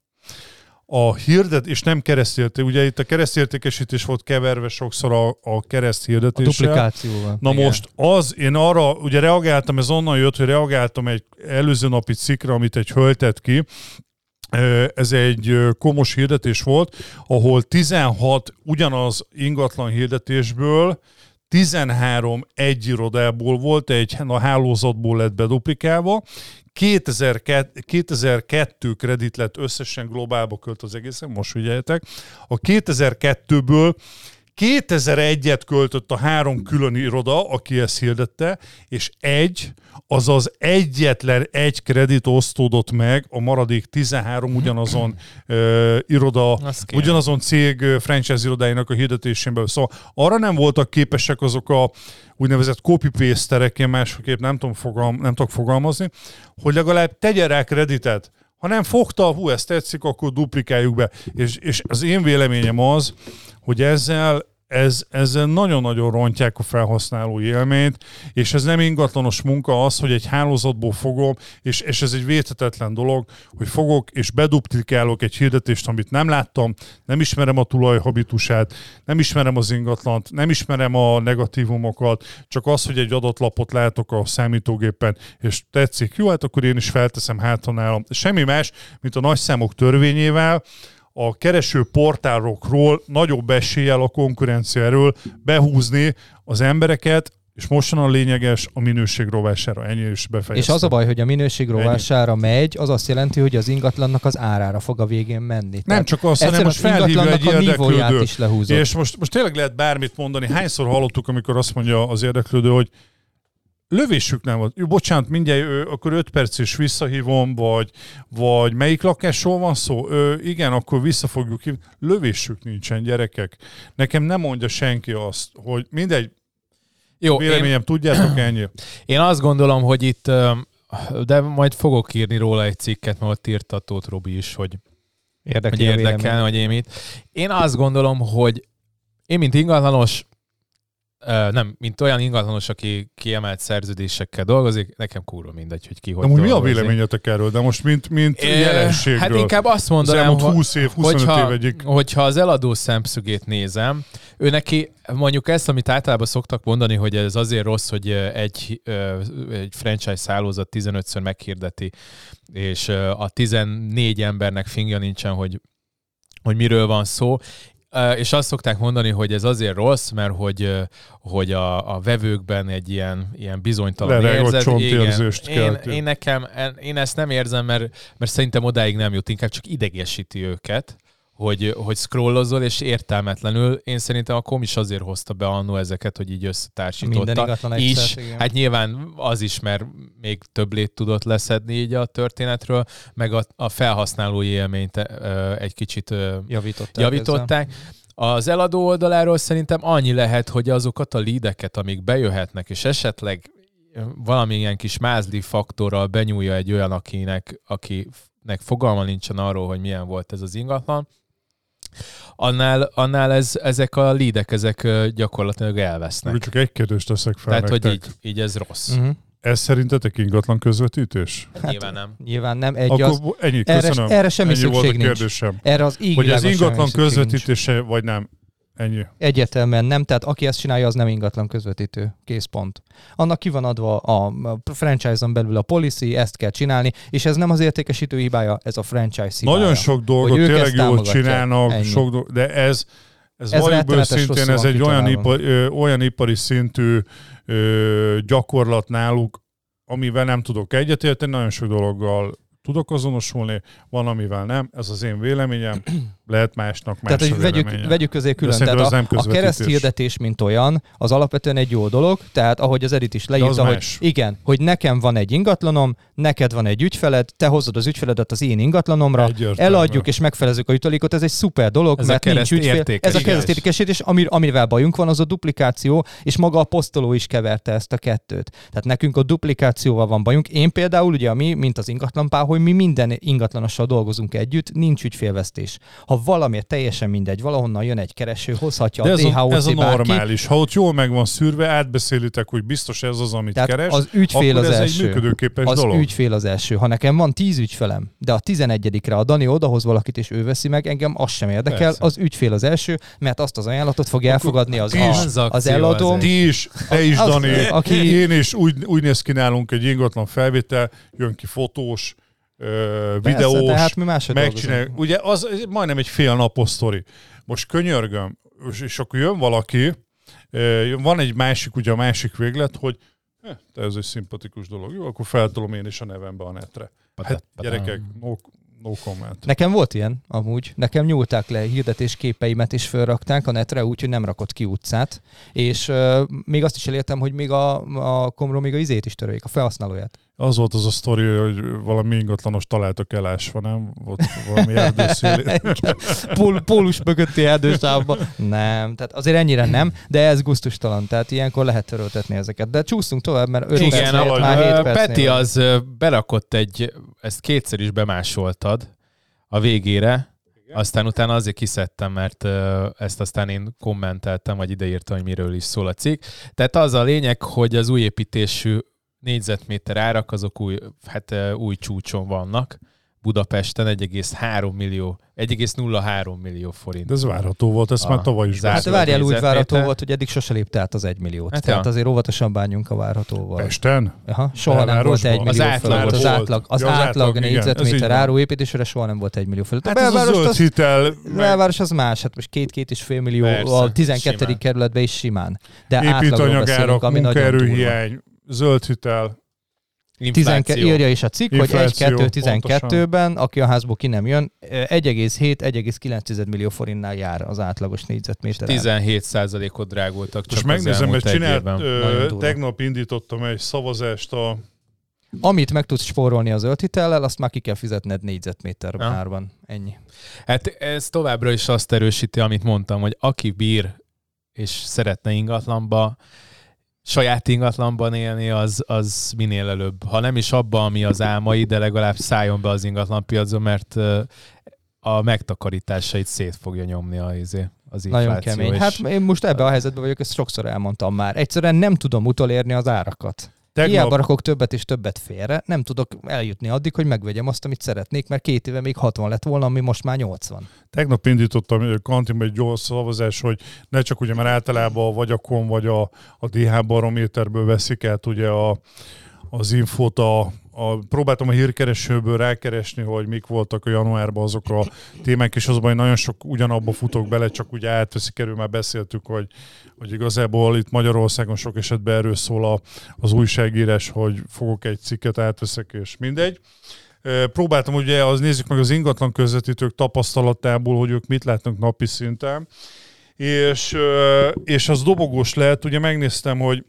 S3: a hirdet, és nem keresztérték. Ugye itt a keresztértékesítés volt keverve sokszor a, a
S2: A
S3: kereszthirdetéssel.
S2: duplikációval.
S3: Na
S1: Igen.
S3: most az, én arra, ugye reagáltam, ez onnan jött, hogy reagáltam egy előző napi cikkre, amit egy höltett ki, Ö, ez egy ö, komos hirdetés volt, ahol 16 ugyanaz ingatlan hirdetésből 13 egy irodából volt, egy a hálózatból lett beduplikálva, 2002, 2002 kredit lett összesen globálba költ az egészen, most figyeljetek, a 2002-ből 2001-et költött a három külön iroda, aki ezt hirdette, és egy, azaz egyetlen egy kredit osztódott meg a maradék 13 ugyanazon ö, iroda,
S1: Az kéne.
S3: ugyanazon cég ö, franchise irodáinak a hirdetésén belül. Szóval arra nem voltak képesek azok a úgynevezett copy-pasterek, én másképp nem, tudom fogalm, nem tudok fogalmazni, hogy legalább tegyen rá kreditet. Ha nem fogta, hú, ezt tetszik, akkor duplikáljuk be. És, és az én véleményem az, hogy ezzel ez, ezzel nagyon-nagyon rontják a felhasználó élményt, és ez nem ingatlanos munka az, hogy egy hálózatból fogom, és, és ez egy védhetetlen dolog, hogy fogok és beduplikálok egy hirdetést, amit nem láttam, nem ismerem a tulaj habitusát, nem ismerem az ingatlant, nem ismerem a negatívumokat, csak az, hogy egy adott lapot látok a számítógépen, és tetszik, jó, hát akkor én is felteszem hátra nálam. Semmi más, mint a nagyszámok törvényével, a kereső portálokról nagyobb eséllyel a konkurencia erről behúzni az embereket, és mostan a lényeges a minőség rovására. Ennyi is
S2: És
S3: befejeztem.
S2: az a baj, hogy a minőség
S3: Ennyi.
S2: rovására megy, az azt jelenti, hogy az ingatlannak az árára fog a végén menni.
S3: Nem csak az, hanem
S2: egyszerűen
S3: most
S2: az
S3: felhívja egy
S2: ingatlannak a nívóját
S3: érdeklődő.
S2: is lehúzott.
S3: És most, most tényleg lehet bármit mondani. Hányszor hallottuk, amikor azt mondja az érdeklődő, hogy lövésük nem volt. Jó, bocsánat, mindjárt, ö, akkor 5 perc is visszahívom, vagy, vagy melyik lakásról van szó? Ö, igen, akkor vissza fogjuk hívni. Lövésük nincsen, gyerekek. Nekem nem mondja senki azt, hogy mindegy,
S1: Jó, én,
S3: véleményem, tudjátok ennyi.
S1: én azt gondolom, hogy itt, öm, de majd fogok írni róla egy cikket, mert ott írt a Tóth Robi is, hogy
S2: Érdekli
S1: hogy
S2: a vélemény.
S1: érdekel, vagy én mit. Én azt gondolom, hogy én, mint ingatlanos, ö, nem, mint olyan ingatlanos, aki kiemelt szerződésekkel dolgozik, nekem kurva mindegy, hogy ki hogy
S3: Na most mi a
S1: dolgozik.
S3: véleményetek erről? De most mint, mint
S1: Ö,
S3: jelenségről.
S1: Hát inkább azt
S3: az
S1: mondanám,
S3: elmúlt
S1: hogy
S3: 20 év, 25 év egyik.
S1: hogyha az eladó szemszögét nézem, ő neki mondjuk ezt, amit általában szoktak mondani, hogy ez azért rossz, hogy ö, egy, ö, egy franchise hálózat 15-ször meghirdeti, és ö, a 14 embernek fingja nincsen, hogy, hogy miről van szó. Ö, És azt szokták mondani, hogy ez azért rossz, mert hogy, ö, hogy a, a vevőkben egy ilyen, ilyen bizonytalan
S3: Lereg, hogy
S1: érzet.
S3: csontérzést
S1: én,
S3: kelti.
S1: én nekem, én ezt nem érzem, mert, mert szerintem odáig nem jut, inkább csak idegesíti őket, hogy, hogy scrollozol, és értelmetlenül. Én szerintem a kom is azért hozta be annó ezeket, hogy így összetársította.
S2: Minden ingatlan egyszer,
S1: is.
S2: igen.
S1: Hát nyilván az is, mert még több lét tudott leszedni így a történetről, meg a, a felhasználói élményt ö, egy kicsit ö,
S2: javították.
S1: javították. Az eladó oldaláról szerintem annyi lehet, hogy azokat a leadeket, amik bejöhetnek, és esetleg valamilyen kis mázli faktorral benyúlja egy olyan, akinek, akinek fogalma nincsen arról, hogy milyen volt ez az ingatlan, annál, annál ez, ezek a leadek, ezek ö, gyakorlatilag elvesznek.
S3: Akkor Csak egy kérdést teszek fel
S1: Tehát, hogy
S3: nektek.
S1: így, így ez rossz.
S3: Mm.
S2: Ezzel. Mhm.
S3: Ez szerintetek ingatlan közvetítés?
S1: Hát nyilván nem.
S2: Nyilván nem egy
S3: Akkor
S2: az.
S3: ennyi,
S2: Erre,
S3: köszönöm.
S2: erre semmi
S3: ennyi volt a
S2: szükség nincs.
S3: kérdésem.
S2: Erre az így
S3: Hogy az
S2: világosan
S3: ingatlan
S2: semmi szükség nincs.
S3: közvetítése, vagy nem? Ennyi.
S2: Egyetemen nem, tehát aki ezt csinálja, az nem ingatlan közvetítő. Készpont. Annak ki van adva a a franchise-on belül a policy, ezt kell csinálni, és ez nem az értékesítő hibája, ez a franchise hibája.
S3: Nagyon sok dolgot
S2: Hogy ők
S3: tényleg
S2: ezt
S3: jól
S2: támogatják.
S3: csinálnak,
S2: Ennyi.
S3: sok dolg, de ez, ez,
S2: Ez
S3: ez valójában
S2: rettenetes
S3: őszintén,
S2: rosszul
S3: ez egy
S2: van
S3: olyan,
S2: kitalálva.
S3: ipar, ö, olyan ipari szintű ö, gyakorlat náluk, amivel nem tudok egyetérteni, nagyon sok dologgal tudok azonosulni, van, amivel nem, ez az én véleményem, lehet másnak más
S2: Tehát, hogy
S3: a
S2: vegyük,
S3: véleménye.
S2: vegyük közé külön.
S3: szerintem
S2: Tehát
S3: az nem
S2: a, a
S3: közvetítés.
S2: kereszthirdetés, mint olyan, az alapvetően egy jó dolog, tehát ahogy az Edit is
S3: az
S2: leírta, hogy
S3: más.
S2: igen, hogy nekem van egy ingatlanom, neked van egy ügyfeled, te hozod az ügyfeledet az én ingatlanomra,
S3: Egyértelmű.
S2: eladjuk és megfelezzük a jutalékot, ez egy szuper dolog,
S1: Ez a
S2: mert nincs ügyfél.
S1: keresztértékesítés.
S2: Ez a keresztértékesítés, ami, amivel bajunk van, az a duplikáció, és maga a posztoló is keverte ezt a kettőt. Tehát nekünk a duplikációval van bajunk. Én például, ugye mi, mint az ingatlanpál, hogy mi minden ingatlanossal dolgozunk együtt, nincs ügyfélvesztés. Ha ha valamiért teljesen mindegy, valahonnan jön egy kereső, hozhatja
S3: De
S2: a
S3: ez a,
S2: DHOC
S3: ez a
S2: bárki.
S3: normális. Ha ott jól meg van szűrve, átbeszélitek, hogy biztos ez az, amit
S2: Tehát
S3: keres,
S2: az ügyfél
S3: akkor
S2: az
S3: ez
S2: első.
S3: egy működőképes
S2: az
S3: dolog.
S2: ügyfél az első. Ha nekem van tíz ügyfelem, de a tizenegyedikre a Dani odahoz valakit, és ő veszi meg, engem az sem érdekel,
S1: Persze.
S2: az ügyfél az első, mert azt az ajánlatot fog elfogadni az,
S3: ti
S1: is-
S2: a, az eladó.
S1: az egy-
S3: Ti is, te is,
S2: Az-
S3: Dani.
S2: aki-
S3: Én is úgy, úgy néz ki nálunk egy ingatlan felvétel, jön ki fotós, ö,
S2: Persze,
S3: videós,
S2: de hát mi máshogy
S3: megcsináljuk.
S2: dolgozunk.
S3: Ugye az ez majdnem egy fél napos sztori. Most könyörgöm, és, és akkor jön valaki, ö, van egy másik, ugye a másik véglet, hogy "Eh, te ez egy szimpatikus dolog, jó, akkor feltolom én is a nevembe a netre. Hát gyerekek, no, no comment.
S2: Nekem volt ilyen, amúgy. Nekem nyúlták le hirdetésképeimet, és fölrakták a netre, úgyhogy nem rakott ki utcát. És euh, még azt is elértem, hogy még a, a komról még a izét is törőjék, a felhasználóját.
S3: Az volt az a sztori, hogy valami ingatlanos találtak elásva, nem? Volt valami erdőszülés.
S2: Pól, pólus mögötti erdősávba. Nem, tehát azért ennyire nem, de ez guztustalan, tehát ilyenkor lehet töröltetni ezeket. De csúszunk tovább, mert örülök,
S1: Igen,
S2: mert
S1: ahogy,
S2: már 7
S1: ö,
S2: percnél
S1: Peti
S2: van.
S1: az ö, berakott egy, ezt kétszer is bemásoltad a végére, aztán utána azért kiszedtem, mert ö, ezt aztán én kommenteltem, vagy ideírtam, hogy miről is szól a cikk. Tehát az a lényeg, hogy az új építésű négyzetméter árak azok új, hát, ö, új csúcson vannak. Budapesten 1,3 millió, 1,03 millió forint.
S3: De ez várható volt, ezt
S1: A
S3: már tavaly is
S1: zárt-
S2: Hát
S3: beszéltük.
S2: várjál, úgy
S1: négyzetméter.
S2: várható volt, hogy eddig sose lépte át az egymilliót.
S1: Hát
S2: Hát Tehát
S1: ja.
S2: azért óvatosan bánjunk a várhatóval.
S3: Pesten?
S2: Aha, soha nem volt
S3: Belvárosban?
S2: egy millió
S1: Az
S2: fölött.
S1: átlagos
S2: Az
S3: volt.
S2: átlag, az
S3: Ja, az átlag,
S2: átlag
S3: igen, ez így
S2: négyzetméter
S3: van.
S2: áruépítésre soha nem volt egy millió fölött.
S3: Hát ez a zöld
S2: az,
S3: hitel, meg
S2: belváros az más, hát most két-két és fél millió
S1: Persze,
S2: a 12.
S1: simán.
S2: kerületben is simán. De átlagról beszélünk,
S3: építőanyagárak,
S2: ami nagyon durva.
S3: munkaerőhiány, zöld hitel.
S1: Infláció.
S2: 12, írja is a cikk, hogy
S3: Infláció,
S2: 1-2-12-ben, aki a házból ki nem jön, 1,7-1,9 millió forintnál jár az átlagos négyzetméter. ára.
S1: 17%-ot drágultak csak
S3: Most
S1: az
S3: megnézem,
S1: elmúlt
S3: mert
S1: egy
S3: csinált,
S1: évben.
S2: Nagyon
S3: ö,
S2: durva.
S3: tegnap indítottam egy szavazást a
S2: Amit meg tudsz spórolni az zöld hitellel, azt már ki kell fizetned négyzetméter
S1: Ja.
S2: árban. Ennyi.
S1: Hát ez továbbra is azt erősíti, amit mondtam, hogy aki bír és szeretne ingatlanba, saját ingatlanban élni, az, az minél előbb. Ha nem is abba, ami az álmai, de legalább szálljon be az ingatlanpiacba, mert ö, a megtakarításait szét fogja nyomni a, izé, az infláció.
S2: Nagyon kemény.
S1: és-
S2: Hát én most ebben a helyzetben vagyok, ezt sokszor elmondtam már. Egyszerűen nem tudom utolérni az árakat. Tegnap... Hiába
S3: tegnap,
S2: rakok többet és többet félre, nem tudok eljutni addig, hogy megvegyem azt, amit szeretnék, mert két éve még 60 lett volna, ami most már 80.
S3: tegnap indítottam ö, kantinba egy gyors szavazás, hogy ne csak ugye, mert általában vagy a KON, vagy a, a DH barométerből veszik át ugye a, az infót a, a, próbáltam a hírkeresőből rákeresni, hogy mik voltak a januárban azok a témák, és azban nagyon sok ugyanabba futok bele, csak ugye átveszik erről, már beszéltük, hogy, hogy igazából itt Magyarországon sok esetben erről szól a, az újságírás, hogy fogok egy cikket, átveszek, és mindegy. Ö, Próbáltam ugye, az nézzük meg az ingatlan közvetítők tapasztalatából, hogy ők mit látnak napi szinten, és, ö, és az dobogós lehet, ugye megnéztem, hogy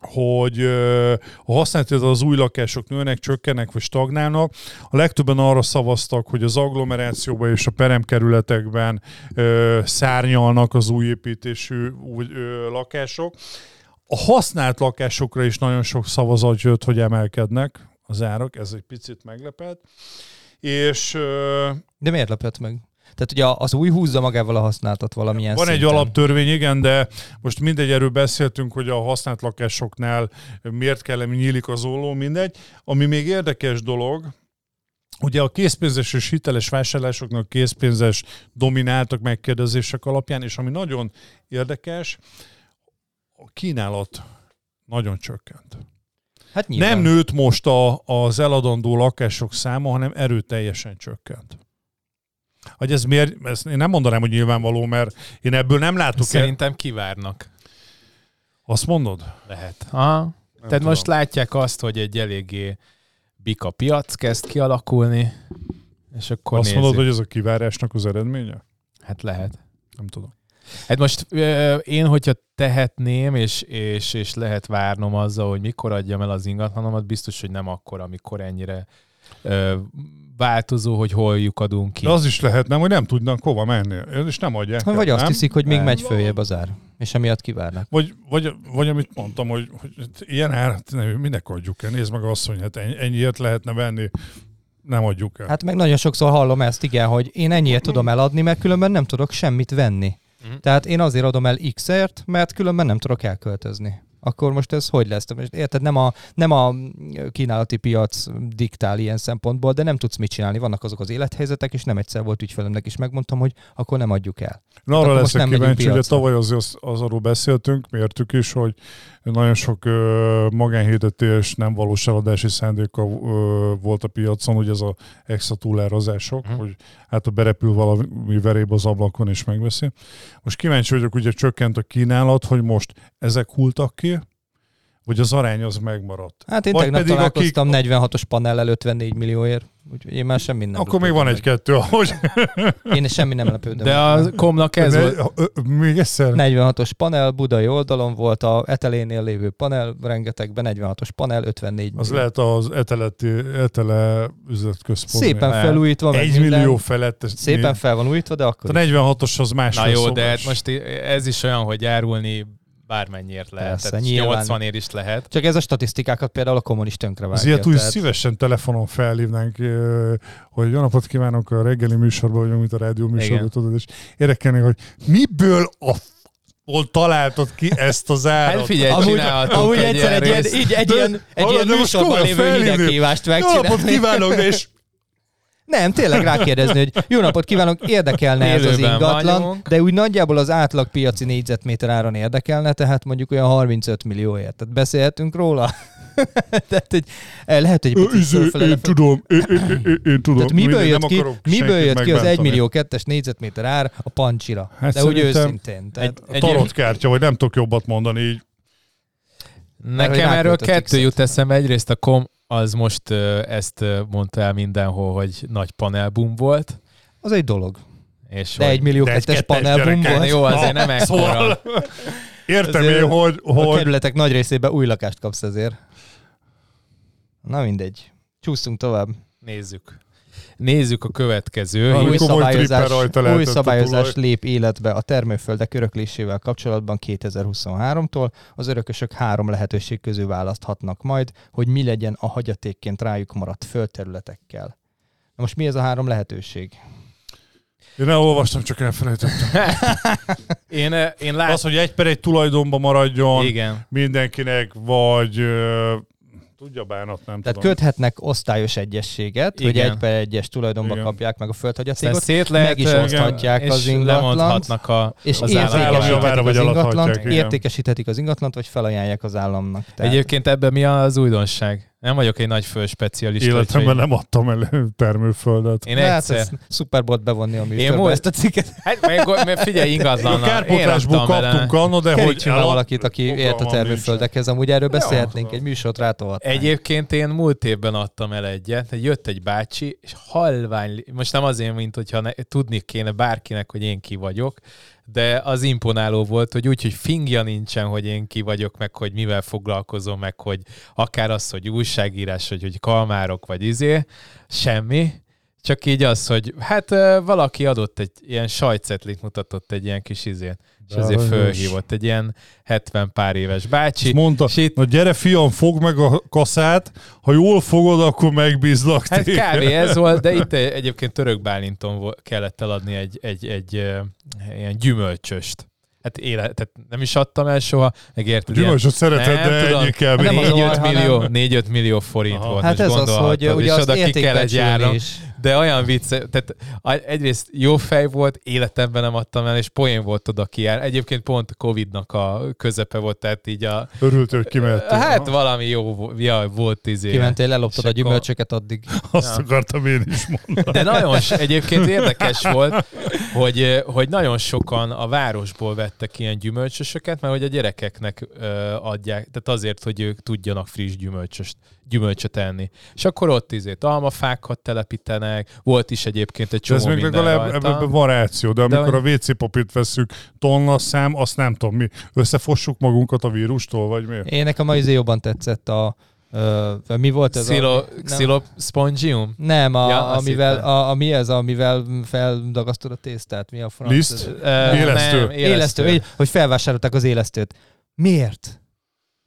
S3: hogy ö, a használati az új lakások nőnek, csökkennek vagy stagnálnak. A legtöbben arra szavaztak, hogy az agglomerációban és a peremkerületekben ö, szárnyalnak az új építésű új, ö, lakások. A használt lakásokra is nagyon sok szavazat jött, hogy emelkednek az árak, ez egy picit meglepett. És ö,
S2: De miért lepett meg? Tehát ugye az új húzza magával a használtat valamilyen
S3: Van
S2: szinten.
S3: egy alaptörvény, igen, de most mindegy, erről beszéltünk, hogy a használt lakásoknál miért kell, mi nyílik az olló, mindegy. Ami még érdekes dolog, Ugye a készpénzes és hiteles vásárlásoknak készpénzes domináltak megkérdezések alapján, és ami nagyon érdekes, a kínálat nagyon csökkent.
S2: Hát nyilván.
S3: Nem nőtt most a, az eladandó lakások száma, hanem erőteljesen csökkent. Hogy ez miért, ezt én nem mondanám, hogy nyilvánvaló, mert én ebből nem látok Szerint...
S1: Szerintem kivárnak.
S3: Azt mondod?
S1: Lehet. Aha. Tehát
S3: tudom.
S1: most látják azt, hogy egy eléggé bika piac kezd kialakulni, és akkor
S3: Azt
S1: nézik.
S3: mondod, hogy ez a kivárásnak az eredménye?
S1: Hát lehet.
S3: Nem tudom.
S1: Hát most ö, én, hogyha tehetném, és, és, és lehet várnom azzal, hogy mikor adjam el az ingatlanomat, biztos, hogy nem akkor, amikor ennyire ö, változó, hogy hol lyukadunk ki.
S3: De az is lehet, nem, hogy nem tudnak hova menni, és nem adják. el,
S2: Vagy azt
S3: nem?
S2: hiszik, hogy még
S1: Nem.
S2: megy följebb az ár, és emiatt kivárnak.
S3: Vagy, vagy, vagy amit mondtam, hogy, hát hogy ilyen árat nem, minek adjuk el? Nézd meg azt, hogy hát ennyi- ennyiért lehetne venni nem adjuk el.
S2: Hát meg nagyon sokszor hallom ezt, igen, hogy én ennyiért tudom eladni, mert különben nem tudok semmit venni.
S1: Mhm.
S2: Tehát én azért adom el X-ért, mert különben nem tudok elköltözni. Akkor most ez hogy lesz? Most Érted, nem a, nem a kínálati piac diktál ilyen szempontból, de nem tudsz mit csinálni. Vannak azok az élethelyzetek, és nem egyszer volt ügyfelemnek is megmondtam, hogy akkor nem adjuk el.
S3: Na, arra
S2: akkor most
S3: leszek
S2: nem megyünk
S3: kíváncsi, ugye
S2: piacra.
S3: tavaly az, az, az arról beszéltünk, mértük is, hogy nagyon sok ö, magánhirdetés nem valós eladási szándéka ö, volt a piacon, ugye ez a extra túlározások,
S1: Mhm.
S3: hogy hát a berepül valami veréb az ablakon és megveszi. Most kíváncsi vagyok, ugye csökkent a kínálat, hogy most ezek hultak ki, vagy az arány az megmaradt.
S2: Hát én
S3: Vagy
S2: tegnap
S3: pedig
S2: találkoztam 46-os panellel 54 millióért, úgyhogy én már semmi nem
S3: Akkor még van
S2: lepődöm
S3: egy-kettő, ahogy...
S2: meg. Én semmi nem lepődöm.
S1: De
S2: meg.
S1: a komnak ez volt.
S3: Ö, ö, Még egyszer?
S2: 46-os panel, budai oldalon volt a etelénél lévő panel, rengetegben 46-os panel, 54
S3: Az
S2: millió.
S3: lehet az eteleti, etele üzletközpont.
S2: Szépen
S3: Nem.
S2: felújítva, meg
S3: Egy
S2: minden.
S3: millió felett. ez
S2: Szépen
S3: mi- Hát
S2: fel van újítva, de akkor is.
S3: A 46-os az más. szóval.
S1: Na jó, de hát most i- ez is olyan, hogy árulni bármennyiért lehet.
S2: Persze,
S1: tehát
S2: nyilván.
S1: 80-ért is lehet.
S2: Csak ez a statisztikákat például a kommunist tönkre
S3: Az
S2: vágja.
S3: ilyet úgy
S2: tehát-
S3: szívesen telefonon felhívnánk, ö, hogy jó napot kívánok, a reggeli műsorban vagyunk, mint a rádió műsorban,
S1: Igen.
S3: tudod, és érdekelnék, hogy miből a hol találtad ki ezt az árat?
S1: Hát figyelj,
S2: Amúgy,
S1: csinálhatunk
S2: amúgy
S1: egy
S2: egyszer
S1: ilyen
S2: egy ilyen,
S1: részt.
S2: így, egy
S3: De-
S2: ilyen, egy
S3: hallod,
S2: ilyen
S3: de most
S2: műsorban
S3: komolyan
S2: lévő
S3: felhívni.
S2: hidegkívást
S3: Jó napot
S2: megcsinálni.
S3: kívánok, de és
S2: Nem, tényleg rákérdezni, hogy jó napot kívánok, érdekelne ez az
S1: Élőben
S2: ingatlan,
S1: vagyunk.
S2: de úgy nagyjából az átlag piaci négyzetméter áron érdekelne, tehát mondjuk olyan 35 millióért. Tehát beszélhetünk róla? tehát, hogy eh, lehet, hogy egy
S3: Ö,
S2: picit
S3: izé,
S2: fölfele
S3: én tudom, én, én, én, én tudom.
S2: Tehát miből
S3: Mindegy,
S2: jött
S3: nem
S2: ki,
S3: akarok
S2: miből
S3: senkit
S2: jött ki az 1
S3: megbántani.
S2: millió 2-es négyzetméter ár a pancsira?
S3: Hát
S2: De úgy
S3: szerintem
S2: őszintén. Tehát
S1: egy- egy-
S3: Tarotkártya, vagy nem tudok jobbat mondani így.
S2: Mert
S1: Nekem
S2: hogy
S1: erről
S2: ráköltött
S1: kettő
S2: X-et.
S1: jut eszembe. Egyrészt a kom az most ö, ezt ö, mondta el mindenhol, hogy nagy panelboom volt.
S2: az egy dolog.
S1: És
S2: De
S1: hogy-
S2: 1 millió
S3: De egy
S2: 2-es
S3: kettes
S2: panelbum
S3: gyerekek.
S1: Na
S2: volt.
S1: jó, azért nem ekkora.
S3: Szóval értem
S2: Azért
S3: én, hogy,
S2: A
S3: hogy
S2: kerületek nagy részében új lakást kapsz ezért. Na mindegy. Csúsztunk tovább.
S1: Nézzük. Nézzük a következő.
S3: Valami
S2: új
S3: komoly
S2: szabályozás,
S3: tripper rajta
S2: új
S3: lehetett a
S2: szabályozás
S3: tulaj.
S2: lép életbe a termőföldek öröklésével kapcsolatban 2023-tól. Az örökösök három lehetőség közül választhatnak majd, hogy mi legyen a hagyatékként rájuk maradt földterületekkel. Na most mi ez a három lehetőség?
S3: én elolvastam, csak elfelejtettem.
S1: Én, ö, én látom.
S3: Az, hogy egy per egy tulajdonba maradjon
S1: Igen.
S3: mindenkinek, vagy ö, tudja bánat, nem
S2: Tehát
S3: tudom.
S2: köthetnek osztályos egyességet, hogy
S1: Igen.
S2: egy per egyes tulajdonba
S3: Igen.
S2: kapják meg a
S1: Aztán
S2: földhagyatékot,
S1: szét lehet,
S2: meg is
S1: ö,
S2: oszthatják
S1: és
S2: az ingatlant,
S1: lemondhatnak a,
S2: és
S1: az állam
S3: értékesíthetik. Állami javára
S2: értékesíthetik
S3: vagy
S2: az
S3: eladhatják,
S2: ingatlant,
S3: igen.
S2: értékesíthetik az ingatlant, vagy felajánlják az államnak. Tehát-
S1: Egyébként ebben mi az újdonság? Nem vagyok egy nagy fölspecialista.
S3: Életemben
S1: úgyhogy
S3: nem adtam el termőföldet.
S1: Én
S2: Hát
S1: egyszer.
S2: ezt szuper volt bevonni a műsorba
S1: múlt-
S2: ezt a cikket.
S1: Hát meg, meg figyelj
S3: A
S1: ingatlan.
S3: kárpótlásból kaptunk anno, de hogy
S2: Kerítsünk be
S3: elad-
S2: valakit, aki
S3: Fogalmam
S2: ért a
S3: nincs.
S2: termőföldekhez. Amúgy erről beszélhetnénk, egy műsort rátovatnánk.
S1: Egyébként én múlt évben adtam el egyet, jött egy bácsi, és halvány, most nem azért, mint hogyha ne, tudni kéne bárkinek, hogy én ki vagyok, de az imponáló volt, hogy úgy, hogy fingja nincsen, hogy én ki vagyok, meg hogy mivel foglalkozom, meg hogy akár az, hogy újságírás, vagy hogy kalmárok, vagy izé, semmi, csak így az, hogy hát ö, valaki adott egy ilyen sajtcetlit, mutatott egy ilyen kis izét, és
S3: De
S1: azért
S3: aranyos.
S1: fölhívott egy ilyen 70 pár éves bácsi.
S3: És mondta,
S1: és itt
S3: na gyere fiam, fogd meg a kaszát, ha jól fogod, akkor megbízlak
S1: Hát
S3: téged.
S1: kb. ez volt, de itt egyébként török Bálinton vo- kellett eladni egy, egy, egy ö, ilyen gyümölcsöst. Hát élet, tehát nem is adtam el soha, meg érted, ilyen-
S3: Gyümölcsöt szereted,
S1: Nem
S3: de
S1: tudom.
S3: ennyi kell.
S2: Nem az
S3: még.
S1: 4-5
S2: olaj,
S1: millió,
S2: hanem-
S1: 4-5 millió forint
S3: Aha.
S1: volt,
S2: Hát
S1: most
S2: ez az, hogy
S1: gondolhatod,
S2: ugye
S1: és
S2: azt
S1: oda ki kellett
S2: értékbecsülni
S1: járnom.
S2: is.
S1: De olyan vicce, tehát a- egyrészt jó fej volt, életemben nem adtam el, és poén volt oda ki jár. Egyébként pont Covid-nak a közepe volt, tehát így a...
S3: Örült, hogy kimehettél.
S1: Hát valami jó vo- ja, volt izé.
S2: Kimentél, leloptad
S1: És
S2: a
S1: akkor-
S2: gyümölcsöket addig.
S3: Azt akartam én is mondani.
S1: De nagyon, s- egyébként érdekes volt, hogy, hogy nagyon sokan a városból vettek ilyen gyümölcsösöket, mert hogy a gyerekeknek ö, adják, tehát azért, hogy ők tudjanak friss gyümölcsöst, gyümölcsöt enni. És akkor ott izét almafákat telepítenek, volt is egyébként egy
S3: De
S1: csomó
S3: ez még
S1: minden
S3: legalább
S1: rajta.
S3: ebben van ráció, de amikor
S1: hogy-
S3: a WC papírt veszünk, tonna szám, azt nem tudom mi. Összefossuk magunkat a vírustól, vagy mi?
S2: Én nekem a izé jobban tetszett a... ö, mi volt ez
S1: Xilo,
S2: a... Nem,
S1: xilo spongium?
S2: nem a,
S1: Ja, azt
S2: amivel,
S1: hittem.
S2: a, a, mi ez, amivel feldagasztod a tésztát? Mi a franc?
S3: Liszt?
S1: Ö,
S3: Élesztő.
S1: nem,
S2: Élesztő. Így, Hogy felvásárolták az élesztőt. Miért?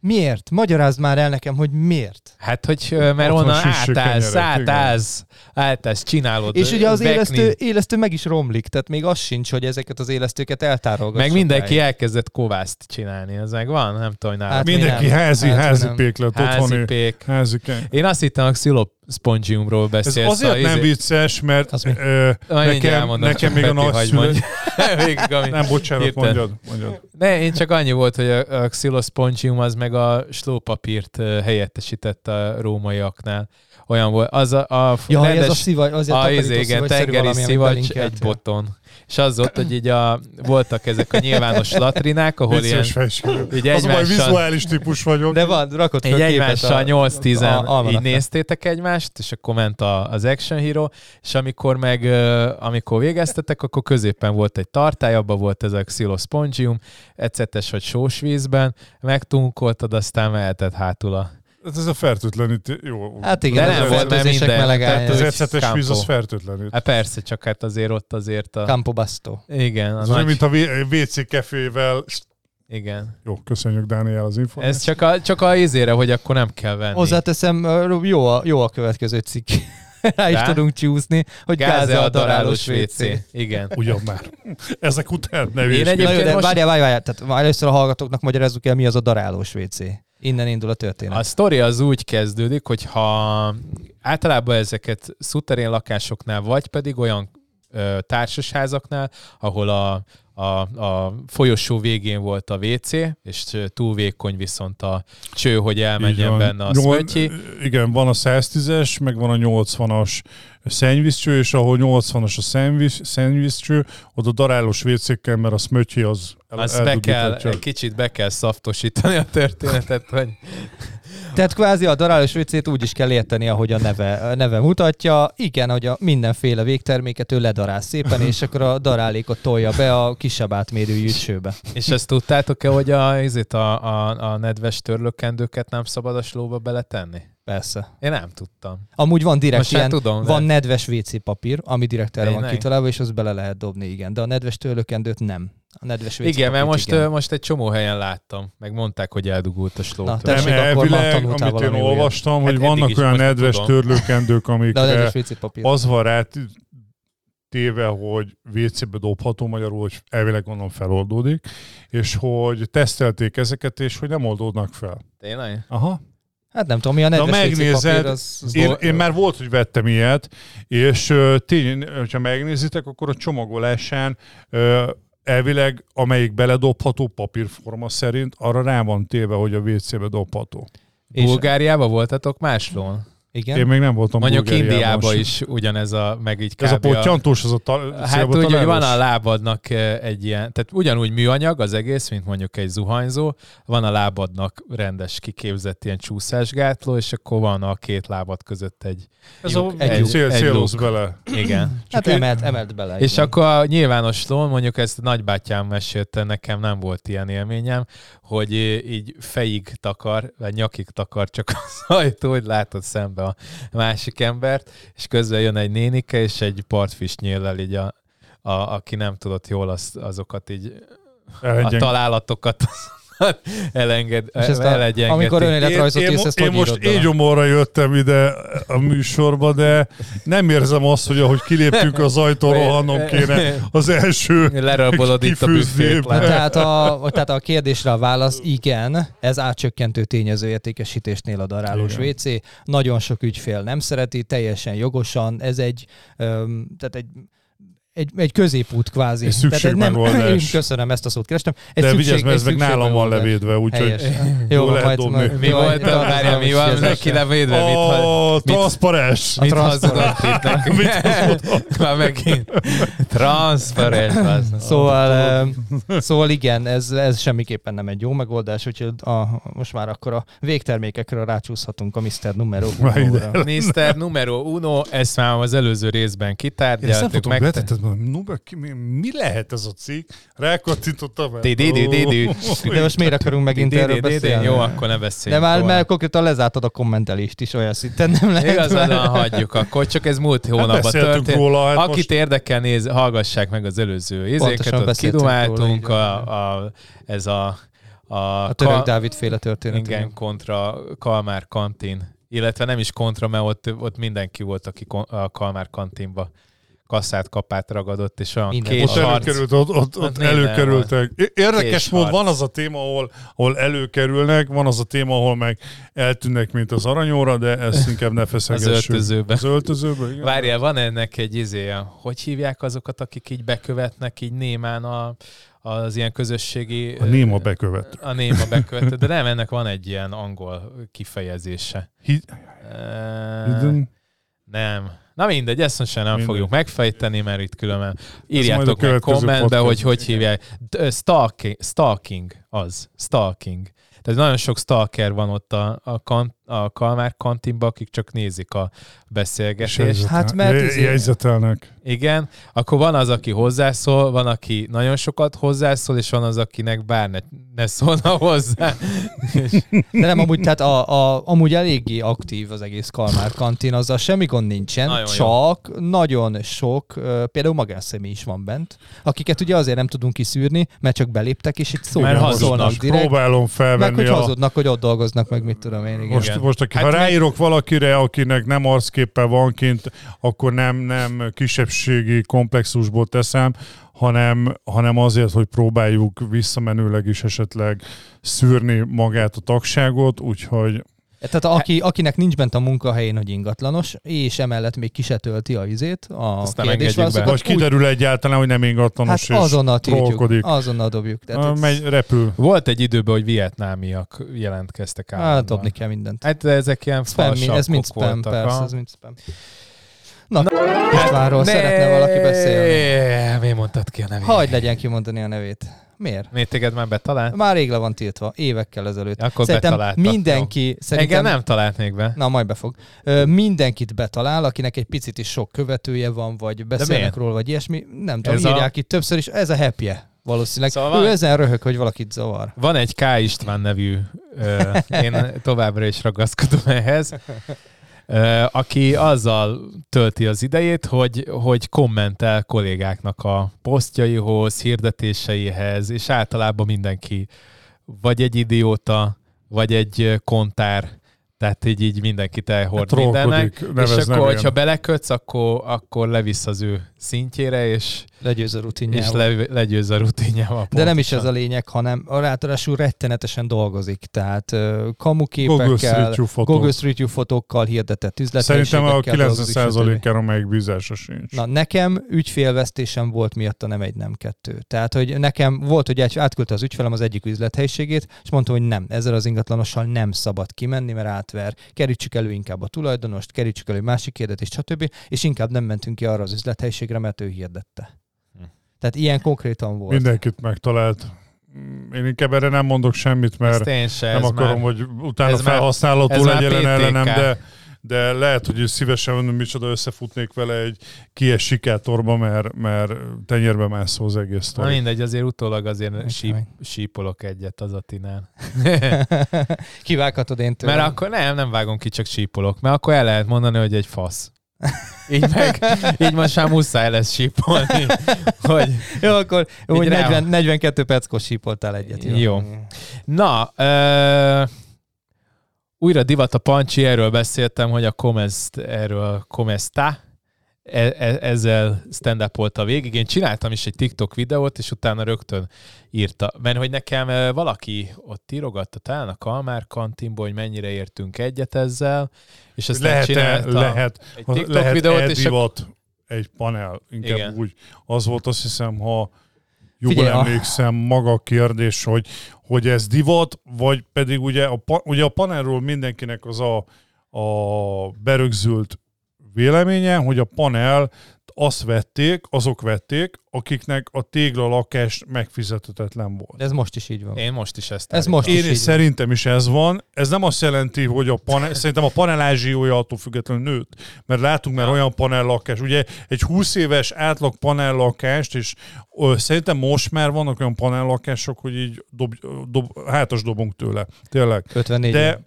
S2: Miért? Magyarázd már el nekem, hogy miért.
S1: Hát, hogy ö, mert
S3: Ott van
S1: onnan
S3: süssük
S1: átállsz,
S3: kenyerek, igen.
S1: átállsz, átállsz, csinálod.
S2: És ugye az
S1: bekni.
S2: élesztő, élesztő meg is romlik, tehát még az sincs, hogy ezeket az élesztőket eltárolgassuk.
S1: Meg mindenki
S2: rá.
S1: elkezdett kovászt csinálni, ez meg van? Nem tudom, hogy
S2: Hát
S1: hát,
S2: mi
S3: Mindenki
S2: nem.
S3: házi,
S2: Hát mi
S3: házi
S2: nem.
S3: pék lett otthon.
S1: házi
S3: ő.
S1: pék.
S3: Házi keny-
S1: Én azt hittem, a xilospongiumról
S3: Ez
S1: beszélsz. a
S3: azért nem
S1: izé-
S3: vicces, mert
S2: Az mi?
S3: ö,
S1: Majd mindjárt
S3: nekem,
S1: elmondom,
S3: nekem
S1: csak
S3: még a
S1: Peti, hagyj
S3: nagyszülő...
S1: mondj. Végig, ami-
S3: Nem, bocsánat,
S1: Hirtelen.
S3: mondjad. mondjad.
S1: Ne, én csak annyi volt, hogy a, a xilospongium az meg a slópapírt ö, helyettesített a rómaiaknál. Olyan volt. Az a, a
S2: Ja,
S1: rendes-
S2: ez a szivagy, azért
S1: a izé, igen, tengeri szivacs egy boton. És az ott, hogy így a, voltak ezek a nyilvános latrinák, ahol ilyen,
S3: Vicces felső.
S1: így
S3: Az majd
S1: egymással,
S3: vizuális típus vagyok.
S2: De van, rakott
S1: így
S2: föl képet
S1: egymással
S2: a- a
S1: 8-10 így
S2: almanakra.
S1: néztétek egymást, és akkor ment a, az Action Hero, és amikor meg, ö, amikor végeztetek, akkor középen volt egy tartály, abban volt ez a xilospongium, ecetes vagy sós vízben, megtunkoltad, aztán mehetett hátul a...
S3: Hát Ez a fertőtlenítő. Jó.
S2: Hát igen,
S1: De
S2: az
S1: nem volt, mert
S2: öltözések
S1: minden.
S2: meleg
S1: Tehát
S2: állják.
S1: ez
S3: Az
S1: egy
S3: ecetes víz az
S1: kampó.
S3: fertőtlenít.
S1: Hát persze, csak hát azért ott azért a...
S2: Campo Basto.
S1: Igen, a
S3: Ez olyan,
S1: nagy...
S3: mint a V- WC kefével.
S1: Igen.
S3: Jó, köszönjük Dániel az
S1: Ez
S3: információt.
S1: csak a, csak a izére, hogy akkor nem kell venni.
S2: Hozzáteszem, ö, jó a, jó a következő cikk. Rá is
S1: Rá?
S2: tudunk csúszni, hogy gáze a darálós WC.
S1: Igen.
S3: Ugyan már. Ezek után ne
S1: Én
S3: Én
S1: egy-
S2: Na jó, de
S1: most-
S2: várjál, várjál, várjál. Tehát először a hallgatóknak magyarázzuk el, mi az a darálós WC. Innen indul a történet.
S1: A sztori az úgy kezdődik, hogy ha általában ezeket szuterén lakásoknál, vagy pedig olyan ö, társasházaknál, ahol a, a, a folyosó végén volt a WC, és ö, túl vékony viszont a cső, hogy elmenjen benne a szmötyi.
S3: Igen, van a 110-es, meg van a 80-as szennyvízcső, és ahol 80-as a szennyvíz, szennyvízcső, oda darálós vécékkel, mert a szmötyi az el,
S1: Azt be kell,
S3: eldugíthatja.
S1: egy kicsit be kell szaftosítani a történetet, hogy
S2: Tehát kvázi a darálós WC-t úgy is kell érteni, ahogy a neve, a neve mutatja. Igen, hogy a mindenféle végterméket ő ledarál szépen, és akkor a darálékot tolja be a kisebb átmérő jütsőbe.
S1: És ezt tudtátok-e, hogy a, ezért a, a, a nedves törlökendőket nem szabad a slóba beletenni?
S2: Persze.
S1: Én nem tudtam.
S2: Amúgy van direkt
S1: Most
S2: ilyen,
S1: már tudom.
S2: van
S1: de-
S2: nedves WC papír, ami direkt erre van
S1: Tényleg?
S2: kitalálva, és az bele lehet dobni, igen. De a nedves tőlökendőt nem. A nedves WC
S1: igen, mert
S2: papírt
S1: most,
S2: igen.
S1: ö, most egy csomó helyen láttam. Meg mondták, hogy eldugult a sló.
S2: Na,
S1: tőle.
S2: tessék,
S3: Nem,
S2: akkor már
S3: elvileg,
S2: tanultál
S3: amit én
S2: valami újat.
S3: olvastam,
S1: Hát
S3: hogy
S1: eddig
S3: vannak
S1: is
S3: olyan
S1: most
S3: nedves
S1: tudom.
S3: törlőkendők,
S2: De a
S3: amikre
S2: nedves WC papír.
S3: az van rá t- téve, hogy WC-be dobható, magyarul, hogy elvileg onnan feloldódik, és hogy tesztelték ezeket, és hogy nem oldódnak fel.
S1: Tényleg?
S3: Aha.
S2: Hát nem tudom, mi a nedves WC
S3: megnézed,
S2: papír, az, az
S3: Én,
S1: Bo-
S3: én már volt, hogy vettem ilyet, és ö, tény, ha megnézitek, akkor a csomagolásán ö, elvileg, amelyik beledobható papírforma szerint, arra rá van téve, hogy a WC-be dobható.
S2: És-
S1: Bulgáriában voltatok más slón?
S2: igen.
S3: Igen? Én még nem voltam
S1: Mondjuk
S3: Bulgáriában
S1: Indiában
S3: sem.
S1: is ugyanez a, meg így
S3: Ez a
S1: kb.
S3: potyantós, az a ta-
S1: Hát úgy, hogy van a lábadnak eh, egy ilyen, tehát ugyanúgy műanyag az egész, mint mondjuk egy zuhanyzó, van a lábadnak rendes kiképzett ilyen csúszásgátló, és akkor van a két lábad között egy,
S3: Ez a
S2: Egy
S3: egy,
S2: lyuk.
S3: cél,
S1: Egy
S3: célhoz bele.
S1: igen.
S2: Hát
S3: én-
S2: emelt, emelt bele.
S1: És
S2: igen.
S1: akkor a nyilvános lón, mondjuk ezt nagybátyám mesélte, nekem nem volt ilyen élményem, hogy így fejig takar, vagy nyakig takar csak az ajtó, hogy látod szembe a másik embert, és közben jön egy nénike, és egy partfis nyéllel így a, a, aki nem tudott jól az, azokat így, a
S3: Elengyen-
S1: találatokat azokat elenged,
S2: És ezt a-
S1: elegyengeti.
S2: amikor önéletrajzot
S3: Én- én
S2: írsz,
S3: mo-
S2: ezt
S3: Én
S2: hogy
S3: most
S2: írod bele?
S3: így omorra jöttem ide a műsorba, de nem érzem azt, hogy ahogy kiléptünk az ajtóról, rohannom kéne az első.
S1: Lerabbolod itt a
S3: Kifűzném.
S1: büfét.
S2: Na,
S1: látod.
S2: tehát, a, tehát a kérdésre a válasz igen, ez átcsökkentő tényező értékesítésnél a darálós
S3: Igen.
S2: WC. Nagyon sok ügyfél nem szereti, teljesen jogosan, ez egy, öm, tehát egy egy, egy középút kvázi.
S3: Egy
S2: Tehát egy nem,
S3: szükségmegoldás.
S2: köszönöm, ezt a szót kerestem. Egy
S3: De
S2: szükség-
S3: vigyázz, mert ez
S2: egy
S3: meg nálam van
S2: szükségmegoldás.
S3: levédve, úgyhogy...
S2: Helyesen. Jó,
S3: Jól
S2: van,
S3: lehet
S2: majd,
S3: dobni.
S2: majd,
S1: Mi volt?
S2: majd- majd-
S1: Várjál, mi van? Neki levédve, mit, ha-
S3: Ó, transzparens!
S1: Mit
S2: transzparens.
S1: hazudott itt nekünk? Már megint. Transzparens. az.
S2: Szóval, em, szóval igen, ez, ez semmiképpen nem egy jó megoldás, úgyhogy a, most már akkor a végtermékekről rácsúszhatunk a Mr. Numero
S3: Már ide.
S2: Uno-ra.
S1: Mr. Numero Uno, ezt már az előző részben
S3: Én ezt nem
S1: kitárgyaltuk.
S3: tudom,
S1: Meg...
S3: betetted, hogy Nubek, mi, mi lehet ez a cikk? Rákattintottam el.
S1: Di-di-di-di-di.
S2: De most miért akarunk megint erről beszélni?
S1: Jó, akkor ne
S2: De
S1: beszéljünk.
S2: már,
S1: róla.
S2: mert konkrétan lezártad a kommentelést is olyan szinten, nem lehet
S1: Igazad van,
S2: már.
S1: hagyjuk akkor, csak ez múlt
S3: Hát
S1: hónapban
S3: beszéltünk
S1: történt.
S3: róla, hát
S1: Akit
S3: most-
S1: érdekel, néz, hallgassák meg az előző izéket, ott
S2: beszéltünk róla,
S1: kidumáltunk,
S2: így van.
S1: a, a, ez a, a a,
S2: A török
S1: Ka-
S2: Dávid féle történet.
S1: Igen, kontra Kalmár kantin. Illetve nem is kontra, mert ott, ott mindenki volt, aki kon- a Kalmár kantinba kasszát, kapát ragadott, és olyan
S2: Minden
S1: kés
S3: Ott
S2: harc.
S1: harc.
S3: előkerült, ott, ott,
S1: Ott
S3: ott
S1: minden
S3: előkerültek. É- Érdekes
S1: Kés
S3: mód,
S1: harc.
S3: van az a téma, ahol, ahol előkerülnek, van az a téma, ahol meg eltűnnek, mint az aranyóra, de ezt inkább ne
S1: Az
S3: feszegessük.
S1: öltözőben.
S3: Az öltözőben, igen.
S1: Várjál, van ennek egy izéje, hogy hívják azokat, akik így bekövetnek így némán a, az ilyen közösségi...
S3: A néma bekövet.
S1: A néma bekövető, de nem, ennek van egy ilyen angol kifejezése.
S3: Hi-
S1: Ö, Nem. Na mindegy, ezt most sem nem
S3: Mindegy.
S1: fogjuk megfejteni, mert itt különben
S3: majd a
S1: írjátok meg
S3: következő
S1: kommentbe,
S3: podcast.
S1: hogy hogy hívják. D- ö, Stalking, stalking az. Stalking. Tehát nagyon sok stalker van ott a, a, kan, a Kalmár kantinban, akik csak nézik a beszélgetést.
S3: Sejzetel-
S2: Hát mert
S3: je-
S2: izé-
S3: Jegyzetelnek.
S1: Igen, akkor van az, aki hozzászól, van, aki nagyon sokat hozzászól, és van az, akinek bár ne, ne szólna hozzá.
S2: De nem, amúgy, tehát a, a, amúgy eléggé aktív az egész Kalmár kantin, azzal semmi gond nincsen,
S1: Nagyon jó.
S2: nagyon csak jó. nagyon sok, ö, például magánszemély is van bent, akiket ugye azért nem tudunk kiszűrni, mert csak beléptek, és itt szóval
S1: Mert
S2: szólnak
S1: hazudnak,
S2: direkt,
S3: Próbálom
S2: meg
S3: felvenni
S2: hogy
S3: a...
S2: hazudnak, hogy ott dolgoznak, meg mit tudom én, igen.
S1: Most-
S3: Most, most aki,
S1: Hát
S3: ha
S1: mi-
S3: ráírok valakire, akinek nem arcképpel van kint, akkor nem, nem kisebbségi komplexusból teszem, hanem, hanem azért, hogy próbáljuk visszamenőleg is esetleg szűrni magát a tagságot, úgyhogy
S1: Hát
S2: Tehát aki, akinek nincs bent a munkahelyén, hogy ingatlanos, és emellett még ki se tölti a izét, a
S1: Azt nem engedjük be.
S2: kérdésválaszokat,
S3: vagy kiderül egyáltalán, hogy nem
S2: hát
S3: ingatlanos és
S2: azonnal tiltjuk,
S3: trollkodik.
S2: azonnal dobjuk. Tehát
S3: Ah,
S2: ez-
S3: Megy, repül.
S1: Volt egy időben, hogy vietnámiak jelentkeztek
S2: hát,
S1: állandóan.
S2: dobni kell mindent.
S1: Hát de ezek ilyen
S2: Spam, mi-
S1: falsakok
S2: ez mind spam,
S1: voltak,
S2: persze,
S1: ha?
S2: ez mind spam. Na, Na Istvánról szeretne valaki beszélni.
S1: Mi Hát, mondtad ki a nevét?
S2: Hagy legyen kimondani a nevét. Miért?
S1: Miért téged már betalált?
S2: Már rég le van tiltva, évekkel ezelőtt.
S1: Akkor
S2: szerintem
S1: betaláltak,
S2: mindenki, szerintem...
S1: Engem nem talált még be.
S2: Na, majd befog. Ö, mindenkit betalál, akinek egy picit is sok követője van, vagy
S1: miért?
S2: beszélnek róla, vagy ilyesmi. Nem tudom,
S1: Ez
S2: ez
S1: a-
S2: írják itt többször is. Ez a happy valószínűleg.
S1: Szóval
S2: Szóval
S1: van-
S2: ő ezen röhög, hogy valakit zavar.
S1: Van egy K. István nevű, ö, én továbbra is ragaszkodom ehhez, ö, aki azzal tölti az idejét, hogy, hogy kommentel kollégáknak a posztjaihoz, hirdetéseihez, és általában mindenki vagy egy idióta, vagy egy ö, kontár, tehát így, így mindenkit elhord mindennek.
S3: Trollkodik,
S1: És
S3: neveznek
S1: akkor,
S3: ilyen.
S1: hogyha belekötsz, akkor, akkor levisz az ő szintjére, és,
S2: Legyőz a rutinjával.
S1: és le, legyőz a rutinjával.
S2: De nem is
S1: pontosan.
S2: ez a lényeg, hanem ráadásul rettenetesen dolgozik. Tehát ö,
S3: Google Street
S2: kamuképekkel,
S3: View fotók.
S2: Google Street View fotókkal hirdetett üzletelségekkel.
S3: Szerintem a
S2: dolgozik, stb.
S3: 90%-án, amelyik bízása sincs.
S2: Na, nekem ügyfélvesztésem volt miatta nem egy, nem kettő. Tehát, hogy nekem volt, hogy egy, átküldte az ügyfelem az egyik üzlethelyiségét, és mondta, hogy nem, ezzel az ingatlanossal nem szabad kimenni, mert átver. Kerítsük elő inkább a tulajdonost, kerítsük elő másik hirdetést, stb. És inkább nem mentünk ki arra az üzlethelyiségre, mert ő hirdette.
S1: Hm.
S2: Tehát ilyen konkrétan volt.
S3: Mindenkit megtalált. Mm, Én inkább erre nem mondok semmit, mert
S1: Ezt én se, ez
S3: nem akarom,
S1: már...
S3: hogy utána
S1: ez már- ez
S3: felhasználható
S1: már
S3: legyen
S1: PTK.
S3: ellenem, de, de lehet, hogy szívesen micsoda összefutnék vele egy kies sikátorba, mert, mert tenyérbe mászó az egész
S1: Na
S3: sztori.
S1: mindegy, azért utólag azért
S2: Nem
S1: síp,
S2: kemény.
S1: sípolok egyet az Atinán.
S2: Kivághatod én tőlem.
S1: mert akkor nem, nem vágom ki, csak sípolok. Mert akkor el lehet mondani, hogy egy fasz. Így meg, így most már muszáj lesz sípolni. Hogy...
S2: Jó, akkor
S1: Így
S2: úgy
S1: rá-
S2: 40, 42 perckos sípoltál egyet.
S1: Jó. Na, ö... újra divat a pancsi, erről beszéltem, hogy a komest, erről komesta, e- e- ezzel stand up a végig. Én csináltam is egy TikTok videót, és utána rögtön írta. Mert hogy nekem ö, valaki ott írogatta talán a Kalmár kantinból, hogy mennyire értünk egyet ezzel, és aztán
S3: lehet,
S1: csináltam
S3: lehet,
S1: egy
S3: ha-
S1: TikTok
S3: lehet
S1: videót,
S3: e
S1: és
S3: divat egy panel, inkább
S1: Igen.
S3: Igen. úgy. Az volt azt hiszem, ha jól
S2: Figyelj, a-
S3: emlékszem, maga a kérdés, hogy, hogy ez divat, vagy pedig ugye a, pa- ugye a panelról mindenkinek az a, a berögzült véleménye, hogy a panel azt vették, azok vették, akiknek a téglalakás megfizethetetlen volt.
S2: De ez most is így van.
S1: Én most is ezt
S2: Ez
S1: állítom.
S2: most
S3: Én
S2: így
S3: is
S2: van.
S3: szerintem is ez van. Ez nem azt jelenti, hogy a panel, szerintem a panel ázsiója attól függetlenül nőtt, mert látunk már olyan panellakás. Ugye egy 20 éves átlag panellakást, és ö, szerintem most már vannak olyan panellakások, hogy így dob, dob, hátas dobunk tőle. Tényleg.
S2: 54.
S3: De,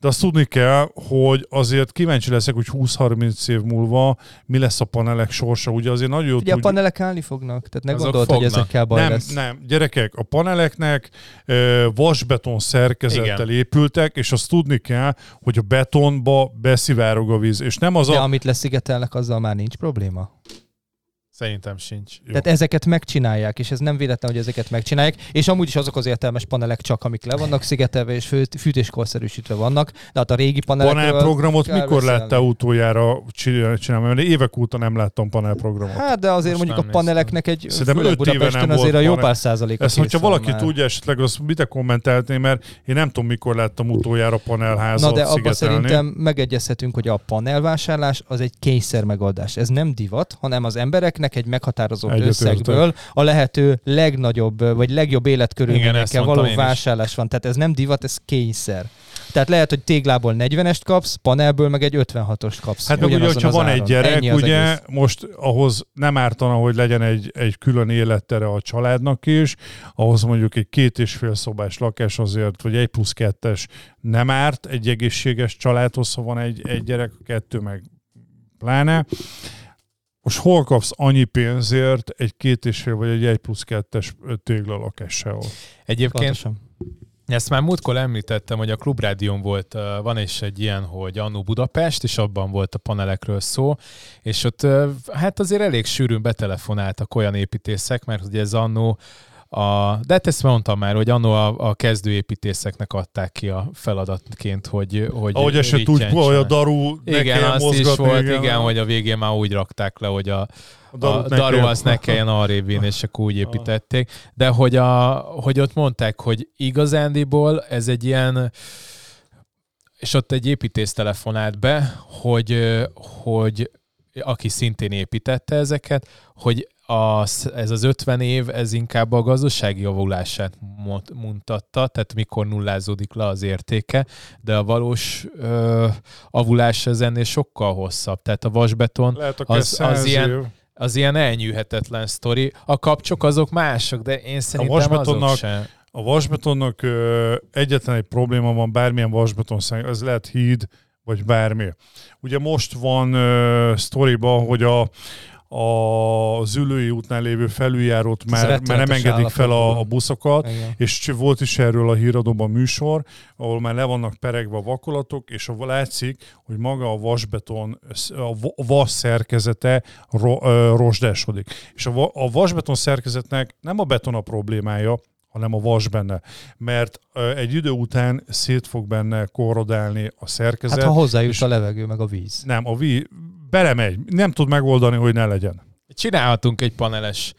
S3: de azt tudni kell, hogy azért kíváncsi leszek, hogy 20-30 év múlva mi lesz a panelek sorsa. Ugye azért nagyon jó
S2: Ugye a
S3: tudjuk-
S2: panelek állni fognak, tehát ne
S1: Azok
S2: gondolt, hogy
S1: fognak.
S2: ezekkel baj
S3: nem,
S2: lesz.
S3: nem, gyerekek, a paneleknek ö, vasbeton szerkezettel
S1: Igen.
S3: épültek, és azt tudni kell, hogy a betonba beszivárog a víz, és nem az
S2: De
S3: a...
S2: amit leszigetelnek, azzal már nincs probléma.
S1: Szerintem sincs.
S3: Jó.
S2: Tehát ezeket megcsinálják, és ez nem véletlen, hogy ezeket megcsinálják, és amúgy is azok az értelmes panelek csak, amik le vannak szigetelve és fő- fűtéskorszerűsítve vannak, de hát a régi panelek.
S3: Panelprogramot
S2: kell
S3: mikor
S2: beszélni.
S3: láttál utoljára csinál- csinálni? Mert évek óta nem láttam panelprogramot.
S2: Hát, de azért
S1: Most
S2: mondjuk a
S1: nem néztem.
S2: paneleknek egy
S3: Szerintem
S2: főleg
S3: öt éve nem
S2: Budapesten
S3: volt
S2: azért a jó
S3: panel.
S2: pár százalék.
S3: Ezt, hogyha valaki már. tudja esetleg, azt mit kommentálni, mert én nem tudom, mikor láttam utoljára panelházat
S2: Na de abban
S3: szigetelni.
S2: szerintem megegyezhetünk, hogy a panelvásárlás az egy kényszer megoldás. Ez nem divat, hanem az embereknek egy meghatározott
S3: Egyetértek.
S2: összegből a lehető legnagyobb, ö, vagy legjobb
S1: Igen,
S2: életkörülményekkel
S1: ezt mondtam
S2: való
S1: én is.
S2: vásárlás van. Tehát ez nem divat, ez kényszer. Tehát lehet, hogy téglából 40-est kapsz, panelből meg egy 56-ost kapsz.
S3: Hát meg ugye,
S2: ugyanazon
S3: hogyha
S2: az
S3: van egy
S2: áron. Ennyi
S3: gyerek,
S2: az
S3: ugye
S2: egész.
S3: most ahhoz nem ártana, hogy legyen egy, egy külön élettere a családnak is, ahhoz mondjuk egy két és fél szobás lakás azért, vagy egy plusz kettes nem árt egy egészséges családhoz, ha van egy, egy gyerek, a kettő meg pláne. Most hol kapsz annyi pénzért egy két és fél vagy egy egy plusz kettes téglalakás sehol?
S1: Egyébként
S2: Pontosan.
S1: Ezt már múltkor említettem, hogy a Klubrádión volt, ö, van is egy ilyen, hogy Annó Budapest, és abban volt a panelekről szó, és ott ö, hát azért elég sűrűn betelefonáltak olyan építészek, mert ugye ez Annó a, de hát ezt mondtam már, hogy annó a, a kezdőépítészeknek adták ki a feladatként, hogy... hogy
S3: Ahogy eset úgy,
S1: rittyen
S3: hogy a
S1: csinálják.
S3: daru ne
S1: igen,
S3: kelljen
S1: azt
S3: mozgatni,
S1: is volt, igen, igen, hogy a végén már úgy rakták le, hogy a,
S3: a
S1: a
S3: darut ne
S1: daru
S3: kelljen-
S1: az ne kelljen arrébb vinni, és akkor úgy építették. De hogy, a, hogy ott mondták, hogy igazándiból ez egy ilyen és ott egy építész telefonált be, hogy, ö, hogy aki szintén építette ezeket, hogy a, ez az 50 év, ez inkább a gazdasági javulását mut- mutatta, tehát mikor nullázódik le az értéke, de a valós ö, avulás ez ennél sokkal hosszabb. Tehát a vasbeton
S3: Lehet, akár
S1: az, az,
S3: száz
S1: ilyen,
S3: év.
S1: az ilyen elnyűhetetlen sztori. A kapcsok azok mások, de én szerintem azok
S3: vasbetonnak-
S1: sem.
S3: A vasbetonnak ö, egyetlen egy probléma van, bármilyen vasbeton száng, ez lehet híd, vagy bármi. Ugye most van ö, sztoriba, hogy a, a az ülői útnál lévő felüljárót
S2: Ez
S3: már, már nem
S2: rettenetes
S3: engedik fel a, a
S2: állapotban.
S3: buszokat,
S2: Igen. Hát
S3: és cs- volt is erről a híradóban műsor, ahol már le vannak peregve a vakolatok, és a- látszik, hogy maga a vasbeton, sz- a va- a vas szerkezete ro- ö, rozsdásodik. És a, va- a vasbeton szerkezetnek nem a beton a problémája, hanem a vas benne. Mert ö, egy idő után szét fog benne korrodálni a szerkezet.
S2: Hát ha hozzájut
S3: és-
S2: a levegő, meg a víz.
S3: Nem, a víz belemegy. Nem tud megoldani, hogy ne legyen.
S1: Csinálhatunk egy paneles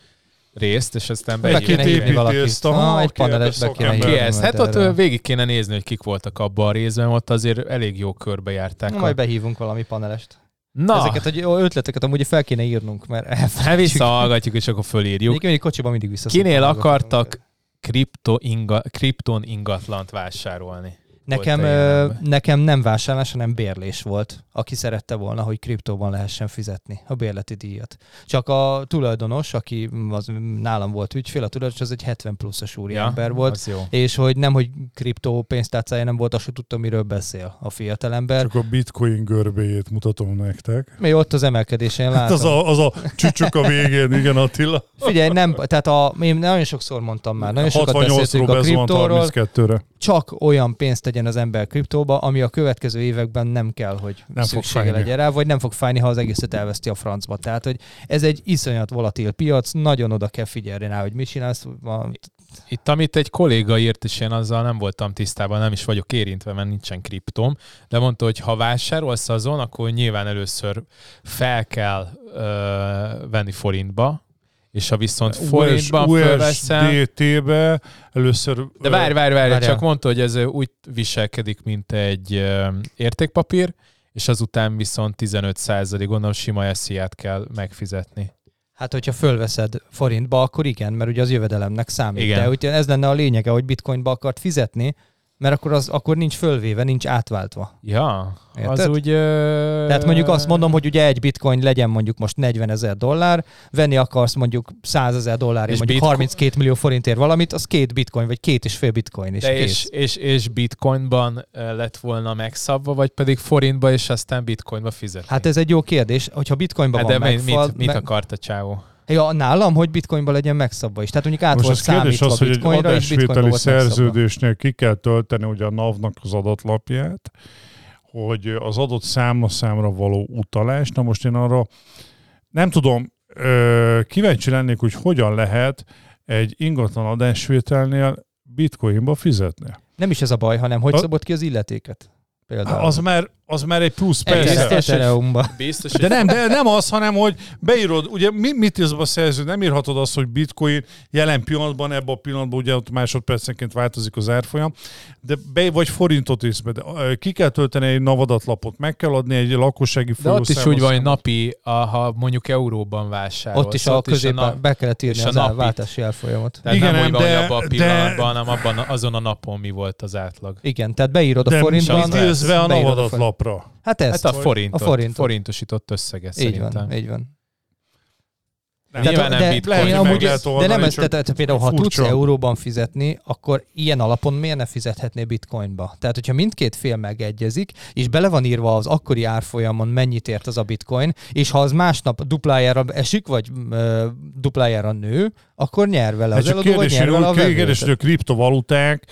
S1: részt, és aztán
S3: Be
S2: Meg
S1: bejövünk.
S3: két
S2: kéne hívni
S1: Ki
S2: épít-
S3: építést,
S2: valakit. Ah, egy paneles be kéne hívni.
S3: szakember.
S1: ez? Hát
S2: Erről.
S1: ott ö, végig kéne nézni, hogy kik voltak abban a részben, ott azért elég jó körbe járták.
S2: Na,
S1: a-
S2: Majd behívunk valami panelest.
S1: Na,
S2: Ezeket a jó ötleteket amúgy fel kéne írnunk, mert
S1: hát
S2: elfelejtjük.
S1: visszahallgatjuk, és akkor fölírjuk.
S2: Egyébként egy kocsiban mindig vissza.
S1: Kinél
S2: szoktam hallgatni.
S1: akartak? Kripto inga, kripton ingatlant vásárolni.
S2: Nekem,
S1: Volt a
S2: ö,
S1: jelenben.
S2: nekem nem vásárlás, hanem bérlés volt, aki szerette volna, hogy kriptóban lehessen fizetni a bérleti díjat. Csak a tulajdonos, aki az nálam volt ügyfél, a tulajdonos az egy 70 pluszos úriember volt,
S1: Az jó.
S2: és hogy nem, hogy kriptó pénztárcája nem volt, azt se tudta, miről beszél a fiatalember.
S3: Csak a bitcoin görbéjét mutatom nektek.
S2: Mi ott az emelkedésen
S3: Hát
S2: látom.
S3: az a, az a csücsök a végén, igen Attila.
S2: Figyelj, nem, tehát a, én nagyon sokszor mondtam már, nagyon sokat
S3: 68-ról
S2: beszéltünk a
S3: bezuhant
S2: kriptóról,
S3: 32-re.
S2: csak olyan pénzt tegyen az ember kriptóba, ami a következő években nem kell, hogy
S3: Nem
S2: nem
S3: fog
S2: szüksége
S3: fájni.
S2: legyen rá, vagy nem fog fájni, ha az egészet elveszti a francba. Tehát, hogy ez egy iszonyat volatil piac, nagyon oda kell figyelni rá, hogy mit csinálsz. Van-
S1: Itt, amit egy kolléga írt, és én azzal nem voltam tisztában, nem is vagyok érintve, mert nincsen kriptom, de mondta, hogy ha vásárolsz azon, akkor nyilván először fel kell ö, venni forintba, és ha viszont forintban fölveszel...
S3: USDT-be először...
S1: De várj, várj, várj,
S2: Várjál.
S1: csak mondta, hogy ez ö, úgy viselkedik, mint egy ö, értékpapír, és azután viszont 15 gondolom sima SZIA-t kell megfizetni.
S2: Hát, hogyha fölveszed forintba, akkor igen, mert ugye az jövedelemnek számít.
S1: Igen.
S2: De ugye ez lenne a lényege, hogy bitcoinba akart fizetni, Mert akkor, az, akkor nincs fölvéve, nincs átváltva.
S1: Ja, az
S2: Érted?
S1: úgy... Ö...
S2: Tehát mondjuk azt mondom, hogy ugye egy bitcoin legyen mondjuk most 40 ezer dollár, venni akarsz mondjuk 100 ezer dollárért,
S1: És
S2: mondjuk
S1: bitco-
S2: 32 millió forintért valamit, az két bitcoin, vagy két és fél bitcoin is.
S1: De és,
S2: kész.
S1: és, és bitcoinban ö, lett volna megszabva, vagy pedig forintba, és aztán bitcoinba fizetni?
S2: Hát ez egy jó kérdés, hogyha bitcoinban
S1: hát
S2: van
S1: de mi-
S2: megfal,
S1: mit, mit akart a csávó?
S2: Ja, nálam, hogy bitcoinban legyen megszabva is. Tehát mondjuk át
S3: Most
S2: volt
S3: az kérdés
S2: hát számítva
S3: az, hogy egy
S2: bitcoinra, és bitcoinban
S3: adásvételi
S2: volt megszabva.
S3: szerződésnél ki kell tölteni ugye a NAV-nak az adatlapját, hogy az adott számlaszámra való utalás. Na most én arra nem tudom, ö, kíváncsi lennék, hogy hogyan lehet egy ingatlan adásvételnél bitcoinba fizetni.
S2: Nem is ez a baj, hanem hogy
S3: A-
S2: szabod ki az illetéket. Például.
S3: Az már, az már egy plusz,
S1: Egyrészt
S3: persze.
S2: Egyrészt
S1: Persze.
S2: Ethereumban.
S1: Biztos,
S3: De nem, de nem az, hanem hogy beírod, ugye mi, mit írsz be a szerző, nem írhatod azt, hogy bitcoin jelen pillanatban, ebben a pillanatban ugye ott másodpercenként változik az árfolyam, de be, vagy forintot írsz be, de, ö, ki kell tölteni egy navadatlapot, meg kell adni egy lakossági
S1: De ott is
S3: folyószámhoz.
S1: úgy van, hogy napi, a, ha mondjuk euróban vásárolsz.
S2: Ott is a középen
S1: nap-
S2: be kellett írni
S1: és a
S2: az
S1: napit.
S2: váltási elfolyamot.
S1: Tehát
S3: Igen,
S1: nem úgy
S3: ám,
S1: van, hogy
S3: de-
S1: abban a
S3: de-
S1: pillanatban, hanem abban, azon a napon mi volt az átlag.
S2: Igen, tehát beírod a
S3: de
S2: forintban.
S3: mit írsz be a
S2: beírod forint-
S3: navadatlapra?
S1: Hát
S2: Hát ezt.
S1: a forintot,
S2: a forintot.
S1: forintosított összeget
S2: így
S1: szerintem.
S2: van, így van.
S3: Nem,
S1: Tehát Nyilván
S2: a-
S1: nem bitcoin,
S3: lehet,
S2: én
S3: hogy meg
S2: amúgy-
S3: lehet
S2: de
S3: oldani,
S2: nem ez,
S3: csak
S2: tehát, tehát például ha
S3: furcsa.
S2: tudsz euróban fizetni, akkor ilyen alapon miért ne fizethetné bitcoinba? Tehát, hogyha mindkét fél megegyezik, és bele van írva az akkori árfolyamon mennyit ért az a bitcoin, és ha az másnap duplájára esik, vagy ö, duplájára nő, akkor nyer vele
S3: Hát
S2: az
S3: csak
S2: eladó, vagy
S3: kérdés,
S2: nyer
S3: én
S2: vele a
S3: úgy
S2: vevő.
S3: kérdés, hogy
S2: Tehát-
S3: a kriptovaluták,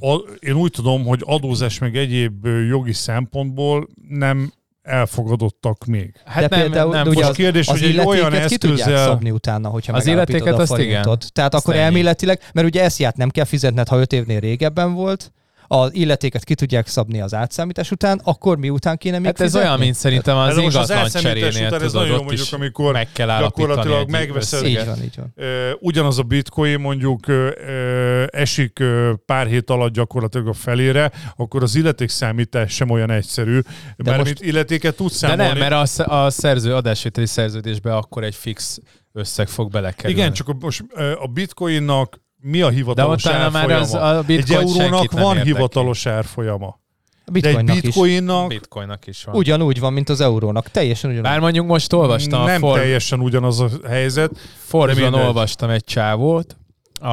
S3: a, én úgy tudom, hogy adózás meg egyéb ö, jogi szempontból nem elfogadottak még.
S1: Hát
S2: de
S1: nem,
S2: például,
S1: nem, most
S2: de ugye
S3: Most
S2: az,
S3: kérdés,
S2: az
S3: hogy egy
S2: illetéket
S3: olyan
S2: ki tudják
S3: eszközzel-
S2: szabni utána, hogyha
S1: Az
S2: megállapítod
S1: illetéket
S2: a
S1: azt igen.
S2: forintot. Tehát
S1: Azt
S2: akkor
S1: ennyi.
S2: elméletileg, mert ugye esziát nem kell fizetned, ha 5 évnél régebben volt, az illetéket ki tudják szabni az átszámítás után, akkor miután kéne még
S1: Hát ez
S2: fizetni?
S1: olyan, mint szerintem az
S3: de most az
S1: ingatlan
S3: elszemítés
S1: cserénél,
S3: után ez
S1: tudod,
S3: nagyon jó,
S1: ott
S3: mondjuk,
S1: is
S3: amikor
S1: meg kell állapítani hát
S3: gyakorlatilag
S1: egy
S3: megveszed.
S1: összeget.
S2: Így
S3: Igen.
S2: van, így van.
S3: Ö, Ugyanaz a bitcoin mondjuk ö, ö, esik ö, pár hét alatt gyakorlatilag a felére, akkor az illetékszámítás sem olyan egyszerű, mert
S2: most-
S3: most... illetéket tudsz
S1: De
S3: számolni.
S1: nem, mert a, sz- a szerző adásvételi szerződésbe akkor egy fix összeg fog belekerülni.
S3: Igen, csak a, most ö, a bitcoinnak mi a
S1: de
S3: hivatalos
S1: utána már
S3: árfolyama?
S1: az a
S3: Egy
S1: bitcoin
S3: eurónak
S1: senkit nem
S3: van
S1: érdekli.
S3: hivatalos árfolyama.
S2: A
S3: De egy
S2: bitcoinnak is.
S3: bitcoinnak
S1: Bitcoinnak is van.
S2: Ugyanúgy van, mint az eurónak. Teljesen ugyanúgy. Hát
S1: Bár mondjuk most olvastam a
S3: nem
S1: Forbes
S3: teljesen ugyanaz a helyzet. De
S1: Forbes-ban
S3: mindegy.
S1: olvastam egy csávót, a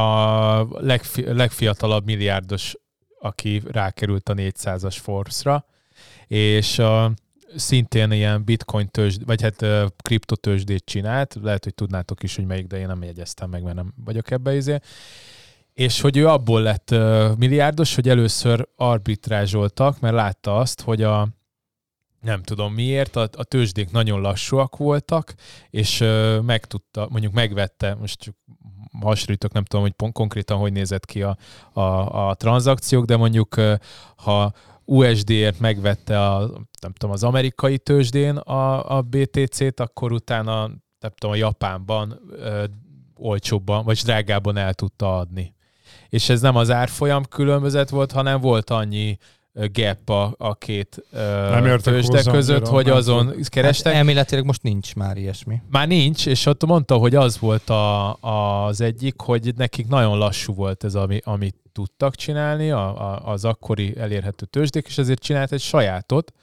S1: legfi- legfiatalabb milliárdos, aki rákerült a 400-as Forbes-ra, és a, szintén ilyen bitcoin tőzsd, vagy hát ö, kriptotőzsdét csinált, lehet, hogy tudnátok is, hogy melyik, de én nem jegyeztem meg, mert nem vagyok ebbe izé. És hogy ő abból lett ö, milliárdos, hogy először arbitrázsoltak, mert látta azt, hogy a nem tudom miért, a, a tőzsdék nagyon lassúak voltak, és ö, meg tudta, mondjuk megvette, most csak hasonlítok, nem tudom, hogy pont konkrétan hogy nézett ki a, a, a tranzakciók, de mondjuk ö, ha USD-ért megvette a, nem tudom, az amerikai tőzsdén a, a BTC-t, akkor utána, nem tudom, a Japánban ö, olcsóbban, vagy drágában el tudta adni. És ez nem az árfolyam különbözet volt, hanem volt annyi ö, gap a, a két
S3: Nem
S1: ö,
S3: értek
S1: tőzsde
S3: hozzá
S1: között,
S3: annyira,
S1: hogy
S3: nem Hát
S1: azon kerestek.
S2: Elméletileg most nincs már ilyesmi.
S1: Már nincs, és ott mondta, hogy az volt a, az egyik, hogy nekik nagyon lassú volt ez, ami, amit tudtak csinálni, a, a, az akkori elérhető tőzsdék, és ezért csinált egy sajátot,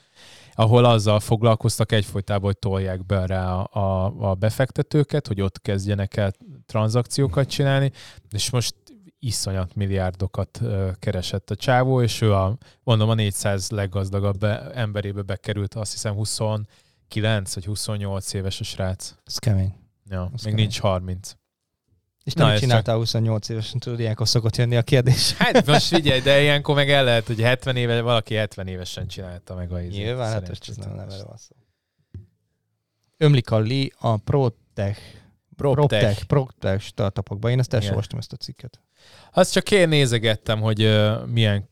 S1: ahol azzal foglalkoztak egyfolytában, hogy tolják be rá a, a, a befektetőket, hogy ott kezdjenek el tranzakciókat csinálni, és most iszonyat milliárdokat ö, keresett a csávó, és ő a, mondom, a 400 leggazdagabb be- emberébe bekerült, azt hiszem 29 vagy 28 éves a srác.
S2: Ez kemény.
S1: Ja, még
S2: kemény.
S1: nincs 30.
S2: És
S1: Na,
S2: nem
S1: ez
S2: csináltál 28 évesen, tudod, ilyenkor szokott jönni a kérdés.
S1: Hát most figyelj, de ilyenkor meg el lehet, hogy 70 éve, valaki 70 évesen csinálta meg a izét.
S2: Nyilván, hát ez
S1: szerencsétlen.
S2: nem nevere van szó. Ömlik a Li a Protech,
S1: Proptech.
S2: Protech, Protech startupokba. Én ezt
S1: Igen.
S2: elolvastam ezt a cikket.
S1: Azt csak én nézegettem, hogy ö, milyen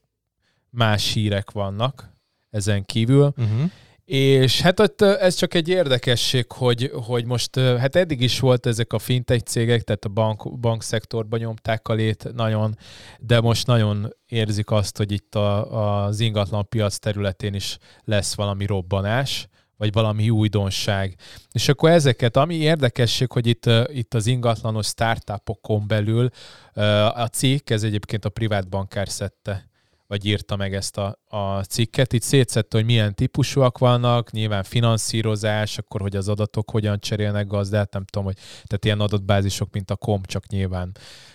S1: más hírek vannak ezen kívül.
S2: Uh-huh.
S1: És hát ott ö, ez csak egy érdekesség, hogy, hogy most, ö, hát eddig is volt ezek a fintech cégek, tehát a bank, bankszektorban nyomták a lét nagyon, de most nagyon érzik azt, hogy itt a, az ingatlan piac területén is lesz valami robbanás, vagy valami újdonság. És akkor ezeket, ami érdekesség, hogy itt, ö, itt az ingatlanos startupokon belül ö, a cikk, ez egyébként a privát bankár szedte vagy írta meg ezt a, a cikket. Itt szétszette, hogy milyen típusúak vannak, nyilván finanszírozás, akkor hogy az adatok hogyan cserélnek gazdát, hát nem tudom, hogy tehát ilyen adatbázisok, mint a kom, csak nyilván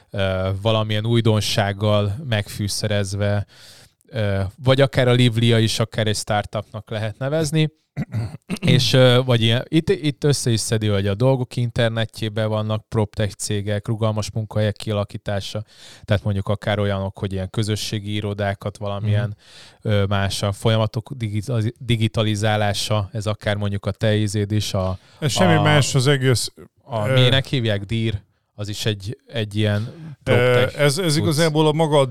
S1: ö, valamilyen újdonsággal megfűszerezve, ö, vagy akár a Livlia is, akár egy startupnak lehet nevezni. És ö, vagy ilyen, itt, itt össze is szedi, hogy a dolgok internetjében vannak proptech cégek, rugalmas munkahelyek kialakítása, tehát mondjuk akár olyanok, hogy ilyen közösségi irodákat valamilyen mm. más a folyamatok digitaliz- digitalizálása, ez akár mondjuk a te ízéd is, a,
S3: Ez semmi
S1: A-
S3: más az egész.
S1: a
S3: Ö.
S1: minek hívják, dír, az is egy, egy ilyen
S3: Ö,
S1: proptech.
S3: Ez, ez igazából a maga a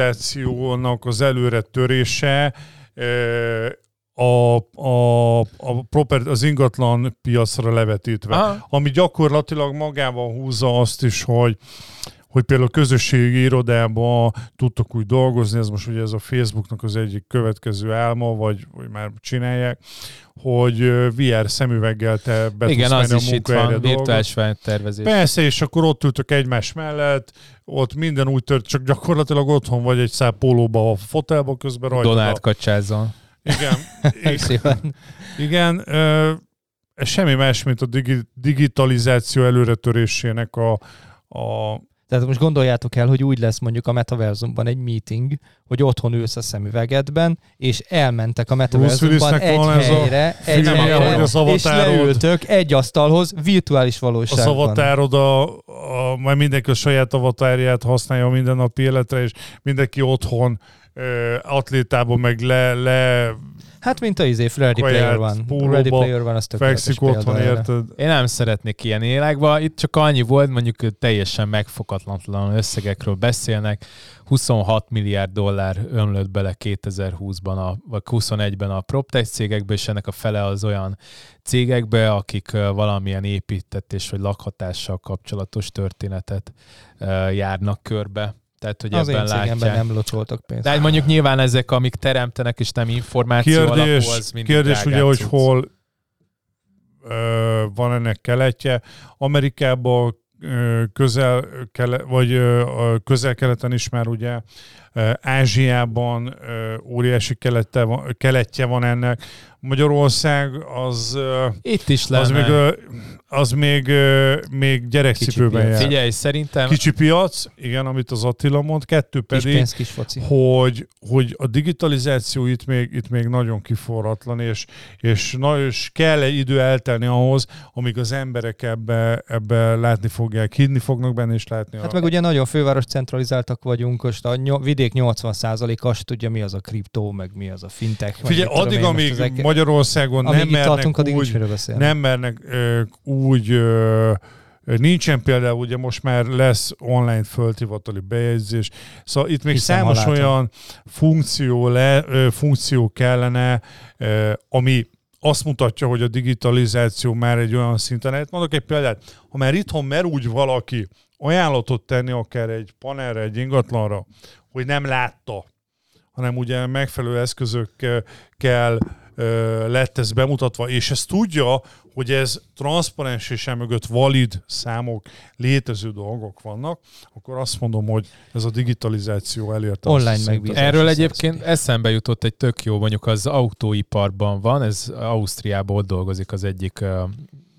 S3: digitalizációnak az előre törése, ö, a, a, a proper, az ingatlan piacra levetítve.
S1: Aha.
S3: ami gyakorlatilag magában húzza azt is, hogy hogy például közösségi irodában tudtok úgy dolgozni, ez most ugye ez a Facebooknak az egyik következő álma, vagy, vagy már csinálják, hogy ö, VR szemüveggel te be
S1: Igen,
S3: tudsz
S1: az
S3: menni a
S1: is itt
S3: munkahelyre
S1: van,
S3: dolgozni.
S1: virtuális tervezés.
S3: Persze, és akkor ott ültök egymás mellett, ott minden úgy tört, csak gyakorlatilag otthon vagy egy szál pólóba a fotelba, közben rajta.
S1: Donát kacsázzon.
S3: Igen. igen.
S2: Szépen.
S3: Igen, ö, ez semmi más, mint a digi- digitalizáció előretörésének a, a
S2: Tehát most gondoljátok el, hogy úgy lesz mondjuk a metaverzumban egy meeting, hogy otthon ülsz a szemüvegedben, és elmentek a metaverzumban
S3: Willisnek
S2: egy
S3: van ez a
S2: helyre, egy
S3: filmje,
S2: helyre,
S3: hogy az
S2: és
S3: avatárod-
S2: leültök egy asztalhoz virtuális
S3: a
S2: valóságban.
S3: szavatárod, a, a, majd mindenki a saját avatárját használja a mindennapi életre, és mindenki otthon ö, atlétában meg le, le
S2: Hát mint a izé, Ready
S3: Kaját,
S2: Player van.
S3: pólóba,
S2: Ready Player van, az tökéletes
S3: fekszik otthon,
S2: példa erre.
S3: érted?
S1: Én nem szeretnék ilyen világba, itt csak annyi volt, mondjuk hogy teljesen megfoghatatlan összegekről beszélnek. 26 milliárd dollár ömlött bele 2020-ban, a, vagy 21-ben a PropTech cégekbe, és ennek a fele az olyan cégekbe, akik ö, valamilyen építetés vagy lakhatással kapcsolatos történetet ö, járnak körbe. Tehát, hogy
S2: Az én
S1: ebben
S2: cégemben
S1: látják.
S2: nem locsoltak pénzt.
S1: De hát mondjuk nyilván ezek, amik teremtenek, és nem információ Hát alapú,
S3: Kérdés,
S1: az mindig
S3: kérdés
S1: drágább
S3: ugye, hogy
S1: cucc.
S3: hol ö, van ennek keletje. Amerikában ö, közel, kele, vagy ö, a közel-keleten is már ugye, ö, Ázsiában ö, óriási kelete van, keletje van ennek. Magyarország az, ö,
S1: Itt is Hát lenne.
S3: az még, ö, az még, ö, még gyerekcipőben
S2: Kicsi
S3: jár.
S2: piac.
S1: Figyelj, szerintem
S3: Kicsi piac, igen, amit az Attila mond, kettő
S2: Kis
S3: pedig
S2: pénz, kis foci.
S3: hogy, hogy a digitalizáció itt még, itt még nagyon kiforratlan, és, és, na, és kell egy idő eltelni ahhoz, amíg az emberek ebbe, ebbe látni fogják, hinni fognak benne, és látni.
S2: Hát
S3: a-
S2: meg ugye nagyon főváros centralizáltak vagyunk, most a ny- vidék 80%-a se tudja, mi az a kriptó, meg mi az a fintech. meg
S3: Figyelj,
S2: mit tudom
S3: addig,
S2: én, most
S3: amíg
S2: ezek-
S3: Magyarországon
S2: amíg
S3: nem
S2: itt tartunk,
S3: mernek
S2: addig nincs
S3: úgy
S2: miről beszélni.
S3: nem mernek ö, úgy, ö, nincsen például, ugye most már lesz online földhivatali bejegyzés, szóval itt még
S2: Hiszem,
S3: számos
S2: ha látom.
S3: olyan funkció, le, ö, funkció kellene, ö, ami azt mutatja, hogy a digitalizáció már egy olyan szinten eljött. Mondok egy példát, ha már itthon mer úgy valaki ajánlatot tenni akár egy panelre, egy ingatlanra, hogy nem látta, hanem ugye megfelelő eszközökkel ö, lett ez bemutatva, és ezt tudja, hogy ez transzparens és emögött valid számok, létező dolgok vannak, akkor azt mondom, hogy ez a digitalizáció elérte. azt a
S2: Online
S3: szintet.
S2: megbízás.
S1: Erről
S2: Bizonyos
S1: egyébként
S2: szerződés.
S1: eszembe jutott egy tök jó, mondjuk az autóiparban van, ez Ausztriában ott dolgozik az egyik, ö,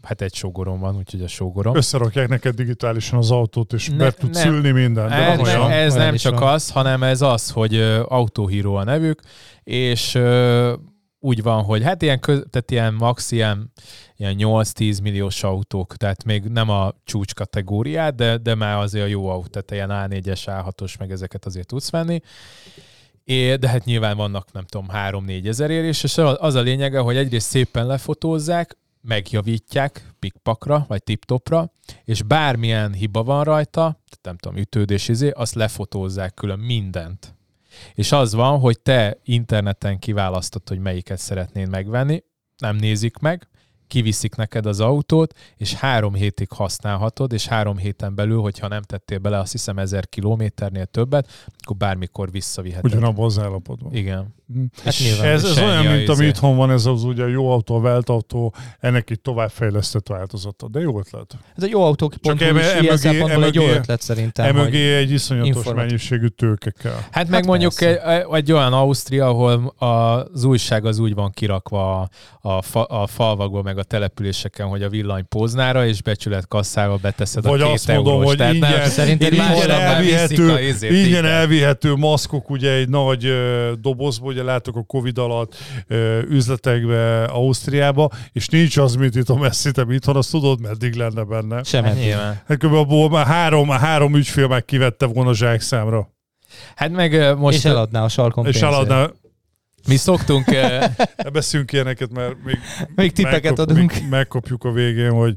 S1: hát egy sógorom van, úgyhogy a sógorom.
S3: Összerakják neked digitálisan az autót, és
S1: Ne-
S3: ne, meg tudsz
S1: nem.
S3: ülni minden. De
S1: Ez,
S3: van olyan.
S1: ne,
S2: olyan?
S1: Hát, ez
S2: Olyan
S1: nem
S2: is
S1: csak
S2: van.
S1: az, hanem ez az, hogy ö, autóhíró a nevük, és ö, úgy van, hogy hát ilyen, köz, tehát ilyen max ilyen, ilyen 8-10 milliós autók, tehát még nem a csúcs kategóriát, de, de már azért a jó autó, tehát ilyen A4-es, A6-os, meg ezeket azért tudsz venni. É, de hát nyilván vannak, nem tudom, 3-4 ezer érés, és az az a lényege, hogy egyrészt szépen lefotózzák, megjavítják pikpakra, vagy tiptopra, és bármilyen hiba van rajta, tehát nem tudom, ütődés izé, azt lefotózzák külön mindent. És az van, hogy te interneten kiválasztod, hogy melyiket szeretnéd megvenni, nem nézik meg, kiviszik neked az autót, és három hétig használhatod, és három héten belül, hogyha nem tettél bele azt hiszem ezer kilométernél többet, akkor bármikor visszaviheted.
S3: Ugyanabban az állapotban.
S1: Igen.
S3: Hát
S1: Hát nyilván
S3: ez, ez
S1: sennyi
S3: olyan,
S1: a
S3: mint ami
S1: izé.
S3: itthon van, ez az ugye a jó autó, a vált autó, ennek egy továbbfejlesztett változata. De jó ötlet.
S2: Ez egy jó autók.hu
S3: eme-
S2: is
S3: emögé-
S2: ilyen szempontból egy jó
S3: emögé-
S2: ötlet szerintem. hogy-
S3: Emögé E egy iszonyatos
S2: informat-
S3: mennyiségű tőke kell.
S1: Hát meg
S2: Hát
S1: mondjuk egy,
S2: persze.
S1: egy olyan Ausztria, ahol az újság az úgy van kirakva a, a, fa, a falvakból, meg a településeken, hogy a villany póznára és becsület kasszába beteszed
S3: Vagy
S1: a két
S3: azt mondom,
S1: eurós.
S3: hogy
S1: Tehát nem-
S3: ingyen,
S2: Szerinted
S1: Így
S2: más
S1: ingyen
S2: lenne?
S1: elvi- viszik a
S3: elvihető,
S1: izét,
S3: ingyen
S1: igen.
S3: elvihető maszkok, ugye egy nagy ö, dobozba, ugye látok a Covid alatt ö, üzletekbe, Ausztriába, és nincs az, mint itt a messzitebb itthon, azt tudod, meddig lenne benne.
S2: Sem
S1: Hát
S2: eddig.
S1: nyilván.
S3: Hát kb. abból már három, három ügyfél meg kivette volna zsákszámra.
S1: Hát meg ö,
S2: Most és
S1: most ö,
S2: eladná a sarkon
S3: És
S2: pénzért.
S3: eladná,
S1: mi szoktunk, ö,
S3: ne beszünk ilyeneket, mert még,
S2: Még tippeket
S3: megkap-
S2: adunk.
S3: Még, megkapjuk a végén, hogy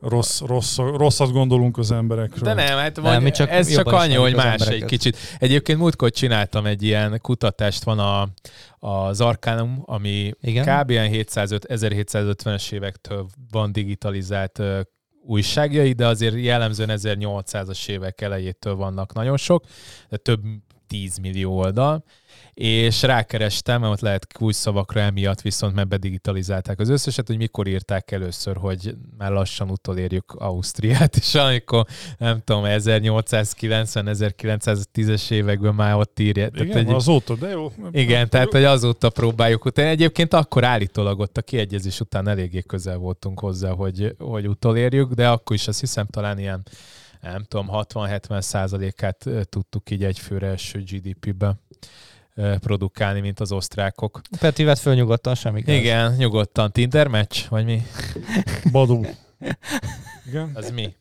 S3: rossz, rossz, rosszat gondolunk az emberekről.
S1: De nem, hát
S2: Nem,
S1: nem,
S2: mi
S1: vagy,
S2: csak
S1: csak ez csak
S2: jobban
S1: annyi, hogy
S2: ismerjük
S1: más
S2: az
S1: egy
S2: embereket.
S1: kicsit. Egyébként múltkor csináltam egy ilyen kutatást, van a, az Arcanum, ami
S2: Igen.
S1: kb. ilyen 705 1750-es évektől van digitalizált ö, újságjai, de azért jellemzően 1800-as évek elejétől vannak nagyon sok, de több 10 millió oldal, és rákerestem, mert ott lehet kulcsszavakra emiatt, viszont mert bedigitalizálták az összeset, hogy mikor írták először, hogy már lassan utolérjük Ausztriát, és amikor nem tudom, 1890-1910-es években már ott írják. Tehát
S3: Igen,
S1: egy-
S3: azóta, de jó.
S1: igen, tehát hogy azóta próbáljuk utána. Egyébként akkor állítólag ott a kiegyezés után eléggé közel voltunk hozzá, hogy, hogy utolérjük, de akkor is azt hiszem talán ilyen, nem tudom, 60-70 százalékát ö, tudtuk így egyfőre első GDP-be ö, produkálni, mint az osztrákok.
S2: Peti vett föl nyugodtan, semmi gáz.
S1: Igen, nyugodtan. Tinder meccs? Vagy mi?
S3: Badú. Igen,
S1: Az mi?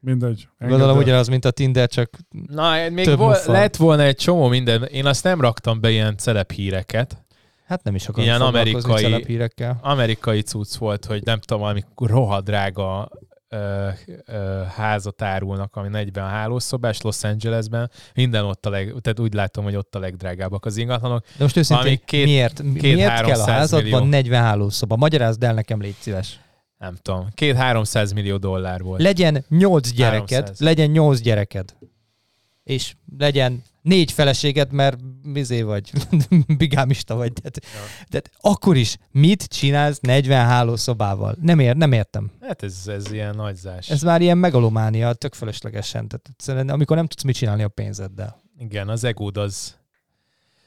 S3: mindegy.
S2: Gondolom
S3: Engedd el.
S2: ugyanaz, mint a Tinder, csak
S1: Na, még
S2: Több
S1: vol-
S2: mufa.
S1: lett volna egy csomó minden. Én azt nem raktam be ilyen celeb híreket,
S2: hát nem is akarok
S1: Ilyen
S2: foglalkozni
S1: amerikai-
S2: celephírekkel.
S1: amerikai cucc volt, hogy nem tudom, valami rohadrága ö, ö, házat árulnak, ami 40 hálószobás Los Angelesben, minden ott a leg, tehát úgy látom, hogy ott a legdrágábbak az ingatlanok.
S2: De most őszintén,
S1: Valami
S2: két,
S1: két-
S2: miért, mi-
S1: két-
S2: miért kell a
S1: 300
S2: házadban
S1: millió.
S2: 40 hálószoba? Magyarázd el nekem, légy szíves.
S1: Nem tudom, két-háromszáz millió dollár volt.
S2: Legyen 8 gyereked,
S1: 300.
S2: legyen 8 gyereked. És legyen négy feleséged, mert mizé vagy, bigámista vagy. Tehát, tehát akkor is mit csinálsz 40 hálószobával? Nem, ér, nem értem.
S1: Hát ez, ez ilyen nagyzás.
S2: Ez
S1: Ez...
S2: már ilyen megalománia, tök fölöslegesen. Tehát egyszerűen, amikor nem tudsz mit csinálni a pénzeddel.
S1: Igen, az egód az.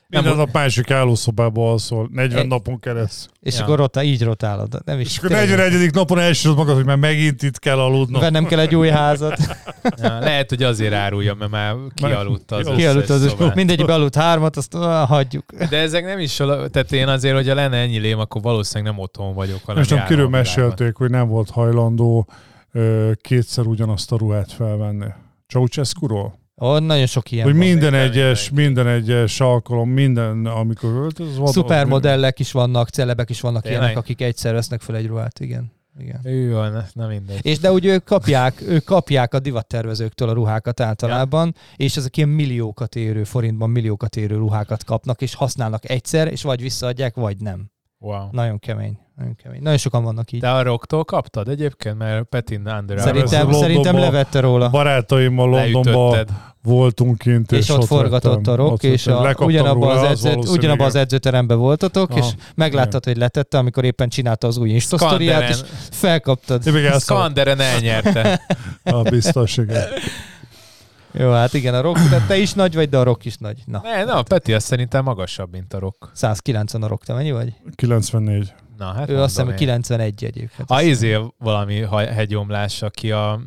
S3: Minden nap másik állószobában alszol, 40
S2: Egy-
S3: napon keresztül.
S2: És
S1: Ja.
S2: akkor ott így rotálod. Nem is.
S3: És akkor
S2: tényleg.
S3: 41. napon elsírod magad, hogy már megint itt kell aludnom.
S2: Vennem kell egy új házat.
S1: Ja, lehet, hogy azért árulja, mert már kialudta az,
S3: Jó.
S2: Kialudt az is.
S1: szobát.
S2: Mindegyik bealudt hármat, azt ah, hagyjuk.
S1: De ezek nem is, ala- tehát én azért, hogyha lenne ennyi lém, akkor valószínűleg nem otthon vagyok, hanem
S3: Most nem
S1: járom a
S3: kiről
S1: világot.
S3: mesélték, hogy nem volt hajlandó ö, kétszer ugyanazt a ruhát felvenni. Ceausescu-ról?
S2: Ó, nagyon sok ilyen
S3: Hogy
S2: van.
S3: minden
S1: Még nem
S3: egyes, minden egyes alkalom, minden, amikor öltöz, van.
S2: Szupermodellek is vannak, celebek is vannak
S1: Tényleg?
S2: ilyenek, akik egyszer vesznek fel egy ruhát, igen. igen.
S1: Ő van, na mindegy.
S2: És de úgy ők kapják, ők kapják a divattervezőktől a ruhákat általában, és ezek ilyen milliókat érő, forintban milliókat érő ruhákat kapnak, és használnak egyszer, és vagy visszaadják, vagy nem.
S1: Wow.
S2: Nagyon kemény, nagyon kemény. Nagyon sokan vannak így.
S1: De a rocktól kaptad egyébként, mert Petin Under
S3: Ez
S2: Szerintem,
S3: Londonban
S2: szerintem levette róla.
S3: Barátaimmal Londonban
S1: leütötted.
S3: voltunk kint,
S2: és, ott forgatott
S3: vettem.
S2: a rock,
S3: Ott
S2: és
S3: vettem.
S2: a,
S3: Lekaptam
S2: ugyanabba,
S3: róla,
S2: az, edző,
S3: valószínű,
S2: ugyanabba
S3: igen. Ah,
S2: az edzőterembe voltatok,
S3: Aha.
S2: és megláttad, hogy letette, amikor éppen csinálta az új Insta-sztoriát, és
S1: Skanderen,
S2: felkaptad.
S3: Én még elszaladt.
S1: Skanderen elnyerte.
S2: e-
S3: A biztos, igen.
S2: Jó, hát igen, a rock, tehát te is nagy vagy, de a rock is nagy. Na,
S1: Ne, na, a Peti az szerintem magasabb, mint a rock.
S2: 190 a rock, te mennyi vagy?
S3: 94.
S1: Na, hát
S2: Ő azt hiszem, hogy
S1: mondom Hát én.
S2: 91 egyébként.
S1: A izé valami ha- hegyomlás, aki a,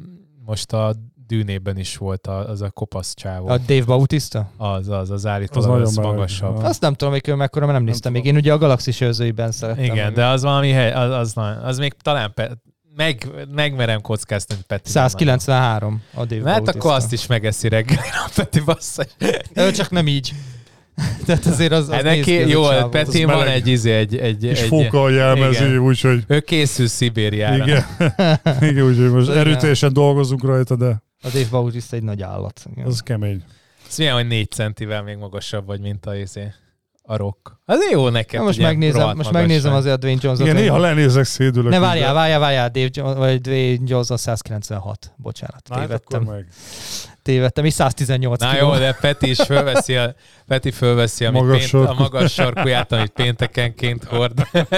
S1: most a dűnében is volt a, az a kopasz csávó.
S2: A Dave Bautista?
S1: Az, az, az
S3: Az
S1: állítólag
S3: nagyon
S1: az,
S3: meleg.
S1: magasabb.
S3: Aha.
S2: Azt nem tudom, hogy ő mekkora, mert
S3: Nem
S2: nem, néztem
S3: tudom.
S2: még. Én ugye a galaxis őrzőiben szerettem.
S1: Igen,
S2: meg.
S1: de az valami hely, az, az, na- az még talán pe, meg, megmerem kockáztani Peti.
S2: 193 a Dave
S1: Na, Hát
S2: Bautista.
S1: akkor azt is megeszi reggel a Peti basszony.
S2: Ő csak nem így. Tehát azért az, az
S1: Hát
S2: néz ki az
S1: neki,
S2: a
S1: jó,
S2: csávó.
S1: Peti
S3: Az
S1: van
S3: meleg.
S1: egy izé, egy... egy,
S3: És
S1: egy
S3: fókkal jelmezi,
S1: igen.
S3: úgyhogy
S1: Ő készül Szibériára.
S3: igen. igen, úgyhogy most
S2: Igen.
S3: erőteljesen dolgozunk rajta, de
S2: A Dave Bautista egy nagy állat. Igen.
S3: az kemény.
S1: Ez milyen, hogy négy centivel még magasabb vagy, mint a izé. a rock. Az jó neked.
S2: Na, most
S1: ilyen
S2: megnézem,
S1: rohadt
S2: most
S1: magasság.
S2: megnézem azért Dwayne Johnson.
S3: Igen, néha lenézek, szédülök.
S2: Ne,
S3: minden.
S2: várjál, várjál, várjál, Dave Johnson, vagy Dwayne Johnson 196. Bocsánat,
S3: Na, hát
S2: tévedtem.
S3: akkor meg.
S2: tévedtem, és 118
S1: Na
S2: kiló.
S1: jó, de Peti is fölveszi a, Peti fölveszi amit
S3: Magas
S1: pént, a
S3: sarkú.
S1: magas sarkuját, amit péntekenként hord.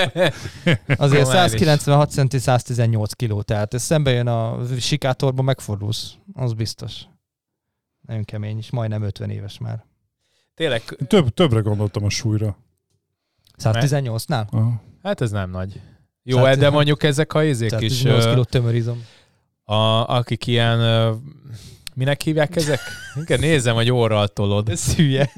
S2: Azért
S1: Normális.
S2: 196 centi, 118 kiló, tehát ez szembe jön a sikátorba, megfordulsz, az biztos. Nagyon kemény, és majdnem 50 éves már.
S1: Tényleg,
S3: Több, többre gondoltam a súlyra.
S2: 118-nál?
S3: Aha.
S1: hát ez nem nagy. Jó,
S2: Tehát-
S1: de mondjuk ezek a izék is,
S2: 118
S1: ö,
S2: kiló tömörizom.
S1: a, akik ilyen, ö, minek hívják ezek? Igen, nézem, hogy órral tolod.
S2: Ez hülye.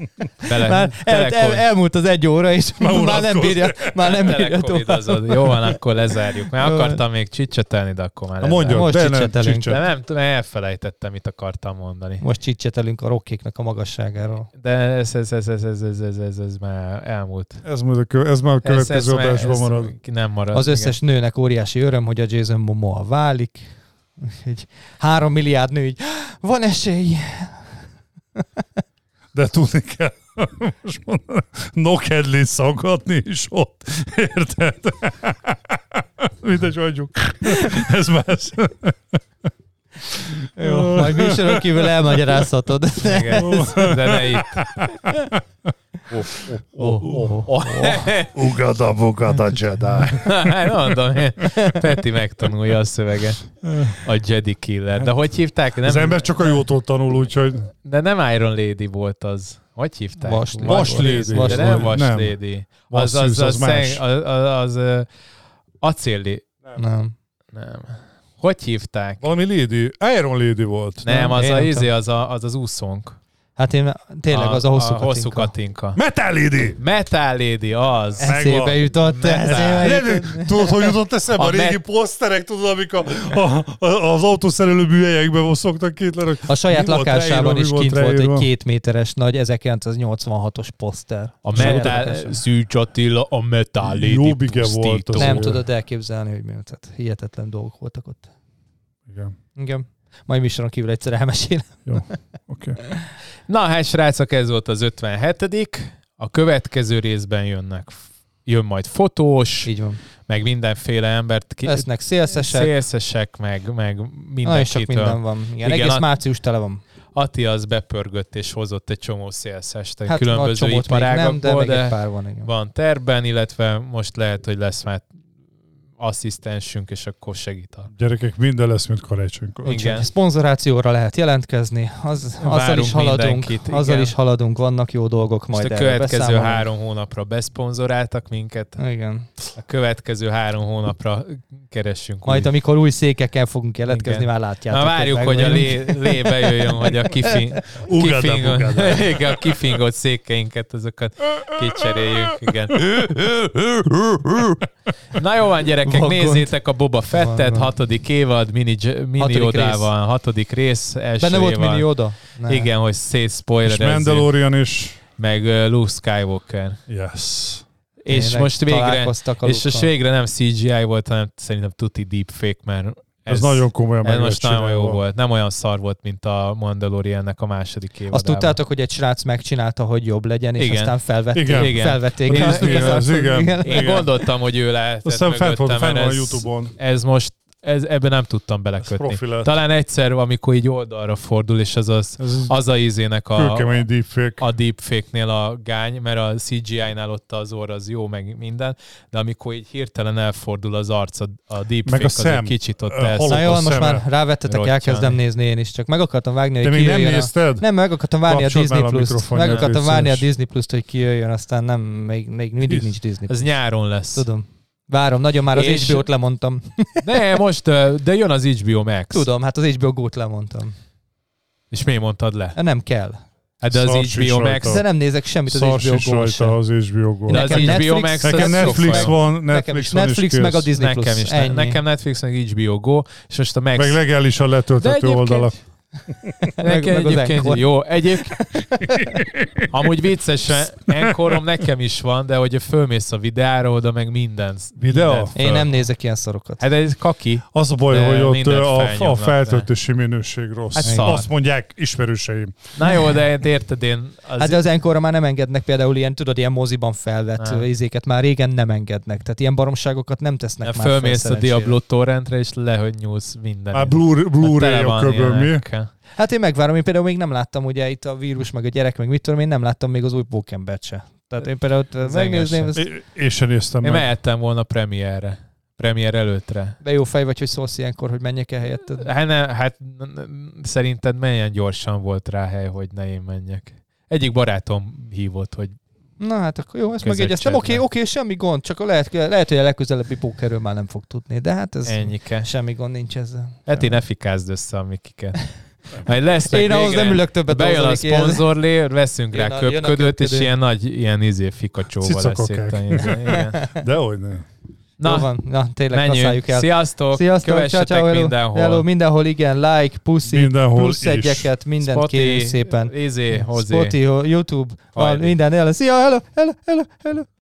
S1: Bele,
S2: Már el, el, elmúlt az egy óra, és már, már nem
S3: unatkoz.
S2: bírja, már nem bírja tovább.
S1: Telekovidozod. Jó van, akkor lezárjuk. Mert
S2: Jó van.
S1: akartam még csicsetelni, de akkor már
S3: Na
S1: lezárjuk.
S3: mondja,
S2: Most
S3: de nem,
S2: csicsetelünk.
S1: De
S3: csicset.
S1: nem tudom, elfelejtettem, mit akartam mondani.
S2: Most csicsetelünk a rokkéknek a magasságáról.
S1: De ez, ez, ez, ez, ez, ez, ez, ez, ez már elmúlt.
S3: Ez, majd a kö- ez már a
S1: Ez- ez
S3: következő
S1: már-
S3: adásban
S1: ez
S3: marad.
S1: Nem marad.
S2: Az összes nőnek óriási öröm, hogy a Jason Momoa válik. Egy három milliárd nő így, van esély.
S3: De tudni kell. Most mondom, nokedli szaggatni is ott. Érted? Mindegy, hagyjuk. Ez más.
S2: Jó, majd műsoron kívül elmagyarázhatod.
S1: Igen. Igen. De ne itt.
S2: Oh, oh, oh.
S3: Ugada bugada Jedi.
S1: Hát mondom, én- Peti megtanulja a szöveget. A Jedi Killer. De hogy hívták?
S3: Az
S1: Nem,
S3: ember csak a jótól tanul, úgyhogy
S1: de nem Iron Lady volt az. Hogy hívták?
S2: Vas-
S3: Vas Lady.
S1: Vas, de nem
S3: Nem.
S1: Vas Lady. Az, az, az,
S3: Vasszűz, az
S1: az,
S3: más.
S1: az, az, az, az acéli.
S2: Nem.
S1: Nem. Hogy hívták?
S3: valami Lady, Iron Lady volt.
S1: Nem, az,
S2: én
S1: a,
S2: nem
S1: izé, az, a, az az úszónk.
S2: Hát én tényleg az a hosszú,
S1: a hosszú katinka.
S3: Metal Lady!
S1: Metal Lady, az.
S2: Eszébe
S3: Megvan.
S2: jutott.
S1: Megvan.
S2: Eszébe
S3: Nem,
S2: jutott.
S3: nem, Tudod, hogy jutott eszembe? A,
S1: A
S3: a régi
S1: met-
S3: poszterek, tudod, amik a, a, a, az autószerelő műhelyekben szoktak két lenni.
S2: A saját
S3: Mi volt
S2: lakásában
S3: leírva,
S2: is
S3: mi
S2: kint
S3: volt
S2: volt egy
S3: leírva?
S2: két méteres nagy 1986-os poszter.
S1: A
S2: Saját
S1: metal,
S2: lakásában.
S1: Szűcs Attila, a metal Lady
S3: Jobbige
S1: pusztító.
S3: volt az
S2: Nem
S3: Ó.
S2: tudod elképzelni, hogy mi volt. Tehát hihetetlen dolgok voltak ott.
S3: Igen,
S2: Igen. Majd műsoron kívül egyszer elmesélem.
S3: oké. Okay.
S1: Na hát srácok, ez volt az 57 A következő részben jönnek jön majd fotós,
S2: Így van.
S1: meg mindenféle embert, ki,
S2: Lesznek szélszesek.
S1: szélszesek, meg, meg
S2: Nagyon sok minden
S1: mindenkitől.
S2: van. Igen,
S1: Igen,
S2: egész
S1: a-
S2: március tele van.
S1: Ati az bepörgött és hozott egy csomó szélszest
S2: Hát
S1: hát,
S2: nagy
S1: különböző
S2: csomót még nem, de
S1: iparágakból,
S2: még egy
S1: de,
S2: pár van. Igen.
S1: van terben, illetve most lehet, hogy lesz már asszisztensünk, és akkor segít a
S3: Gyerekek, minden lesz, mint karácsonykor.
S1: Igen.
S2: Úgyhogy Szponzorációra lehet jelentkezni, az, azzal
S1: Várunk
S2: is haladunk,
S1: mindenkit,
S2: azzal
S1: igen.
S2: is haladunk, vannak jó dolgok
S1: Most
S2: majd
S1: a
S2: erről
S1: következő
S2: beszámolunk.
S1: három hónapra beszponzoráltak minket,
S2: Igen.
S1: a következő három hónapra keressünk
S2: Majd
S1: új.
S2: amikor új székeken fogunk jelentkezni,
S1: Igen.
S2: már látjátok.
S1: Na várjuk,
S2: meg
S1: hogy a
S2: vagyunk.
S1: lé, lé bejöjjön, hogy a kifing,
S3: Ugada,
S1: kifingot,
S3: bugada.
S1: igen, a kifingott székeinket, azokat kicseréljük, igen. Na jó van, gyerekek,
S2: Vakond.
S1: nézzétek a Boba Fettet,
S2: Vakond.
S1: hatodik évad, mini, mini
S2: Hatodik
S1: odával, hatodik rész, első
S2: Benne volt
S1: évad.
S2: Mini Yoda? Ne.
S1: Igen, hogy
S3: És
S1: szétszpoilerezzük,
S3: Mandalorian is.
S1: meg ö, Luke Skywalker.
S3: Yes.
S1: És
S2: Tényleg
S1: most végre,
S2: találkoztak a
S1: és most
S2: Luke-kal.
S1: végre nem CGI volt, hanem szerintem tuti deepfake, mert
S3: Ez, nagyon komolyan
S1: ez
S3: meg
S1: most
S3: lett
S1: nagyon jó
S3: csinálva.
S1: volt. Nem olyan szar volt, mint a Mandaloriannek a második évadában.
S2: Azt tudtátok, hogy egy srác megcsinálta, hogy jobb legyen, és
S1: Igen.
S2: aztán felvették.
S3: Igen.
S1: Igen.
S2: Felvették.
S1: Igen.
S2: Azt
S1: Igen.
S2: azt-
S3: Igen.
S1: Én
S3: Igen.
S1: gondoltam, hogy ő lehetett
S3: Aztán fent volt,
S1: mögöttem,
S3: fent van
S1: mert
S3: a
S1: ez-
S3: Youtube-on.
S1: Ez most, ez, ebben nem tudtam belekötni.
S3: Profil
S1: Talán egyszer, amikor így oldalra fordul, és az az,
S3: Ez
S1: az a izének a,
S3: kőkemény deepfake.
S1: a deepfake-nél a gány, mert a CGI-nál ott az orr az jó, meg minden, de amikor így hirtelen elfordul az arc, a, a deepfake
S3: Meg a
S1: az
S3: szem.
S1: egy kicsit ott
S3: Ö,
S1: elsz.
S3: halott
S2: Na jó,
S3: a
S2: most
S3: szeme.
S2: már rávettetek,
S1: Rottyani.
S2: elkezdem nézni én is, csak meg akartam vágni,
S3: De
S2: hogy
S3: még nem
S2: kijöjjön a...
S3: nézted?
S2: Nem, meg akartam várni
S3: Kapcsold
S2: a
S3: már
S2: Disney
S3: a
S2: Plus-t.
S3: mikrofonját,
S2: Meg akartam
S3: légy
S2: várni a
S3: szíves.
S2: Disney Plus-t, hogy kijöjjön, aztán nem, még, még mindig
S3: Hisz.
S2: nincs Disney Plus.
S1: Ez nyáron lesz.
S2: Tudom. Várom, nagyon már az
S1: És-
S2: HBO-t lemondtam.
S1: De most, ö, de jön az HBO Max.
S2: Tudom, hát az HBO Go-t lemondtam.
S1: És miért mondtad le?
S2: Hát Nem kell.
S1: Hát de az
S3: Szar sincs
S1: HBO Max,
S3: rajta.
S2: De nem nézek semmit az
S3: Szars is
S2: HBO go
S3: rajta az HBO Go.
S1: de az
S2: Nekem
S1: HBO
S2: Netflix-
S1: Max, az
S3: Nekem
S1: sok
S3: Netflix
S1: faj.
S3: van,
S2: Nekem
S3: Netflix,
S2: is
S3: van
S2: Netflix
S3: is
S2: meg a
S3: kész.
S2: Disney
S1: Nekem
S2: Plus.
S1: is,
S2: Ennyi.
S1: nekem Netflix, meg HBO Go, és most a Max.
S3: Meg legális a letölthető
S1: egyébként-
S3: oldala.
S1: Neki
S2: Hát meg az
S1: egyébként
S2: enkor.
S1: jó. Egyébként, amúgy viccesen, enkorom nekem is van, de hogy fölmész a videára, oda meg minden.
S3: Videó?
S1: mindent föl
S2: Én nem
S1: van.
S2: nézek ilyen szarokat.
S1: Hát ez kaki.
S3: Az a baj,
S1: De
S3: hogy ott
S1: mindent
S3: ö, a, a
S1: felnyomnak,
S3: feltöltési minőség rossz.
S1: Hát szar.
S3: Azt mondják ismerőseim.
S1: Na jó, de érted én... Az...
S2: Hát de az enkorra már nem engednek például ilyen, tudod, ilyen moziban felvett
S1: Nem.
S2: nem. izéket, már régen nem engednek. Tehát ilyen baromságokat nem tesznek
S1: Nem
S2: már fel,
S1: hát fölmész a
S2: szerencsére.
S1: Diablo torrentre, és lehönyúlsz minden.
S3: Már Blu- Blu-ray
S1: Hát Tele
S3: a
S1: van
S3: köböl, mi?
S1: ilyenekkel.
S2: Hát én megvárom, én például még nem láttam, ugye itt a vírus, meg a gyerek, meg mit tudom, én nem láttam még az új Pókembert se. Tehát én például ott
S1: Ez
S2: megnézném,
S1: engem
S2: ez
S3: É- Én sem néztem
S1: Én
S3: meg.
S1: mehettem volna premierre. Premier előttre.
S2: de jó fej vagy, hogy szólsz ilyenkor, hogy menjek el helyetted.
S1: Hát, ne, hát n- n- szerinted menjen gyorsan volt rá hely, hogy ne én menjek. Egyik barátom hívott, hogy
S2: Na hát akkor jó, ezt
S1: Között
S2: megjegyeztem. Oké,
S1: csetben.
S2: oké, semmi gond, csak lehet, lehet, hogy a legközelebbi pókerről már nem fog tudni, de hát ez
S1: ennyike.
S2: semmi gond nincs ezzel.
S1: Hát én ne fikázd össze a mikiket. Majd lesznek
S2: Én ahhoz
S1: végre-
S2: nem ülök többet
S1: Bejön a
S2: ahhoz, amik
S1: szponzor lé, veszünk
S2: Jön
S1: rá
S2: a- jön a
S1: köpködőt, és
S2: köpködő.
S1: ilyen nagy, ilyen izé fikacsóval lesz
S3: Cicakokák.
S1: itt. a izé. Igen.
S3: Dehogy nem.
S2: Jó
S1: Na,
S2: van, na tényleg
S1: menjünk.
S2: használjuk el.
S1: Sziasztok,
S2: Sziasztok,
S1: kövessetek
S2: ciao, ciao, hello,
S1: mindenhol.
S2: Hello, mindenhol, igen, like, puszi,
S3: Mindenhol
S2: plusz
S3: is.
S2: egyeket, mindent
S1: Spotify,
S2: kérjük szépen.
S1: Izé, hozé.
S2: Spotify, YouTube, van
S1: Hajrá.
S2: minden, hello, szia, hello, hello, hello, hello.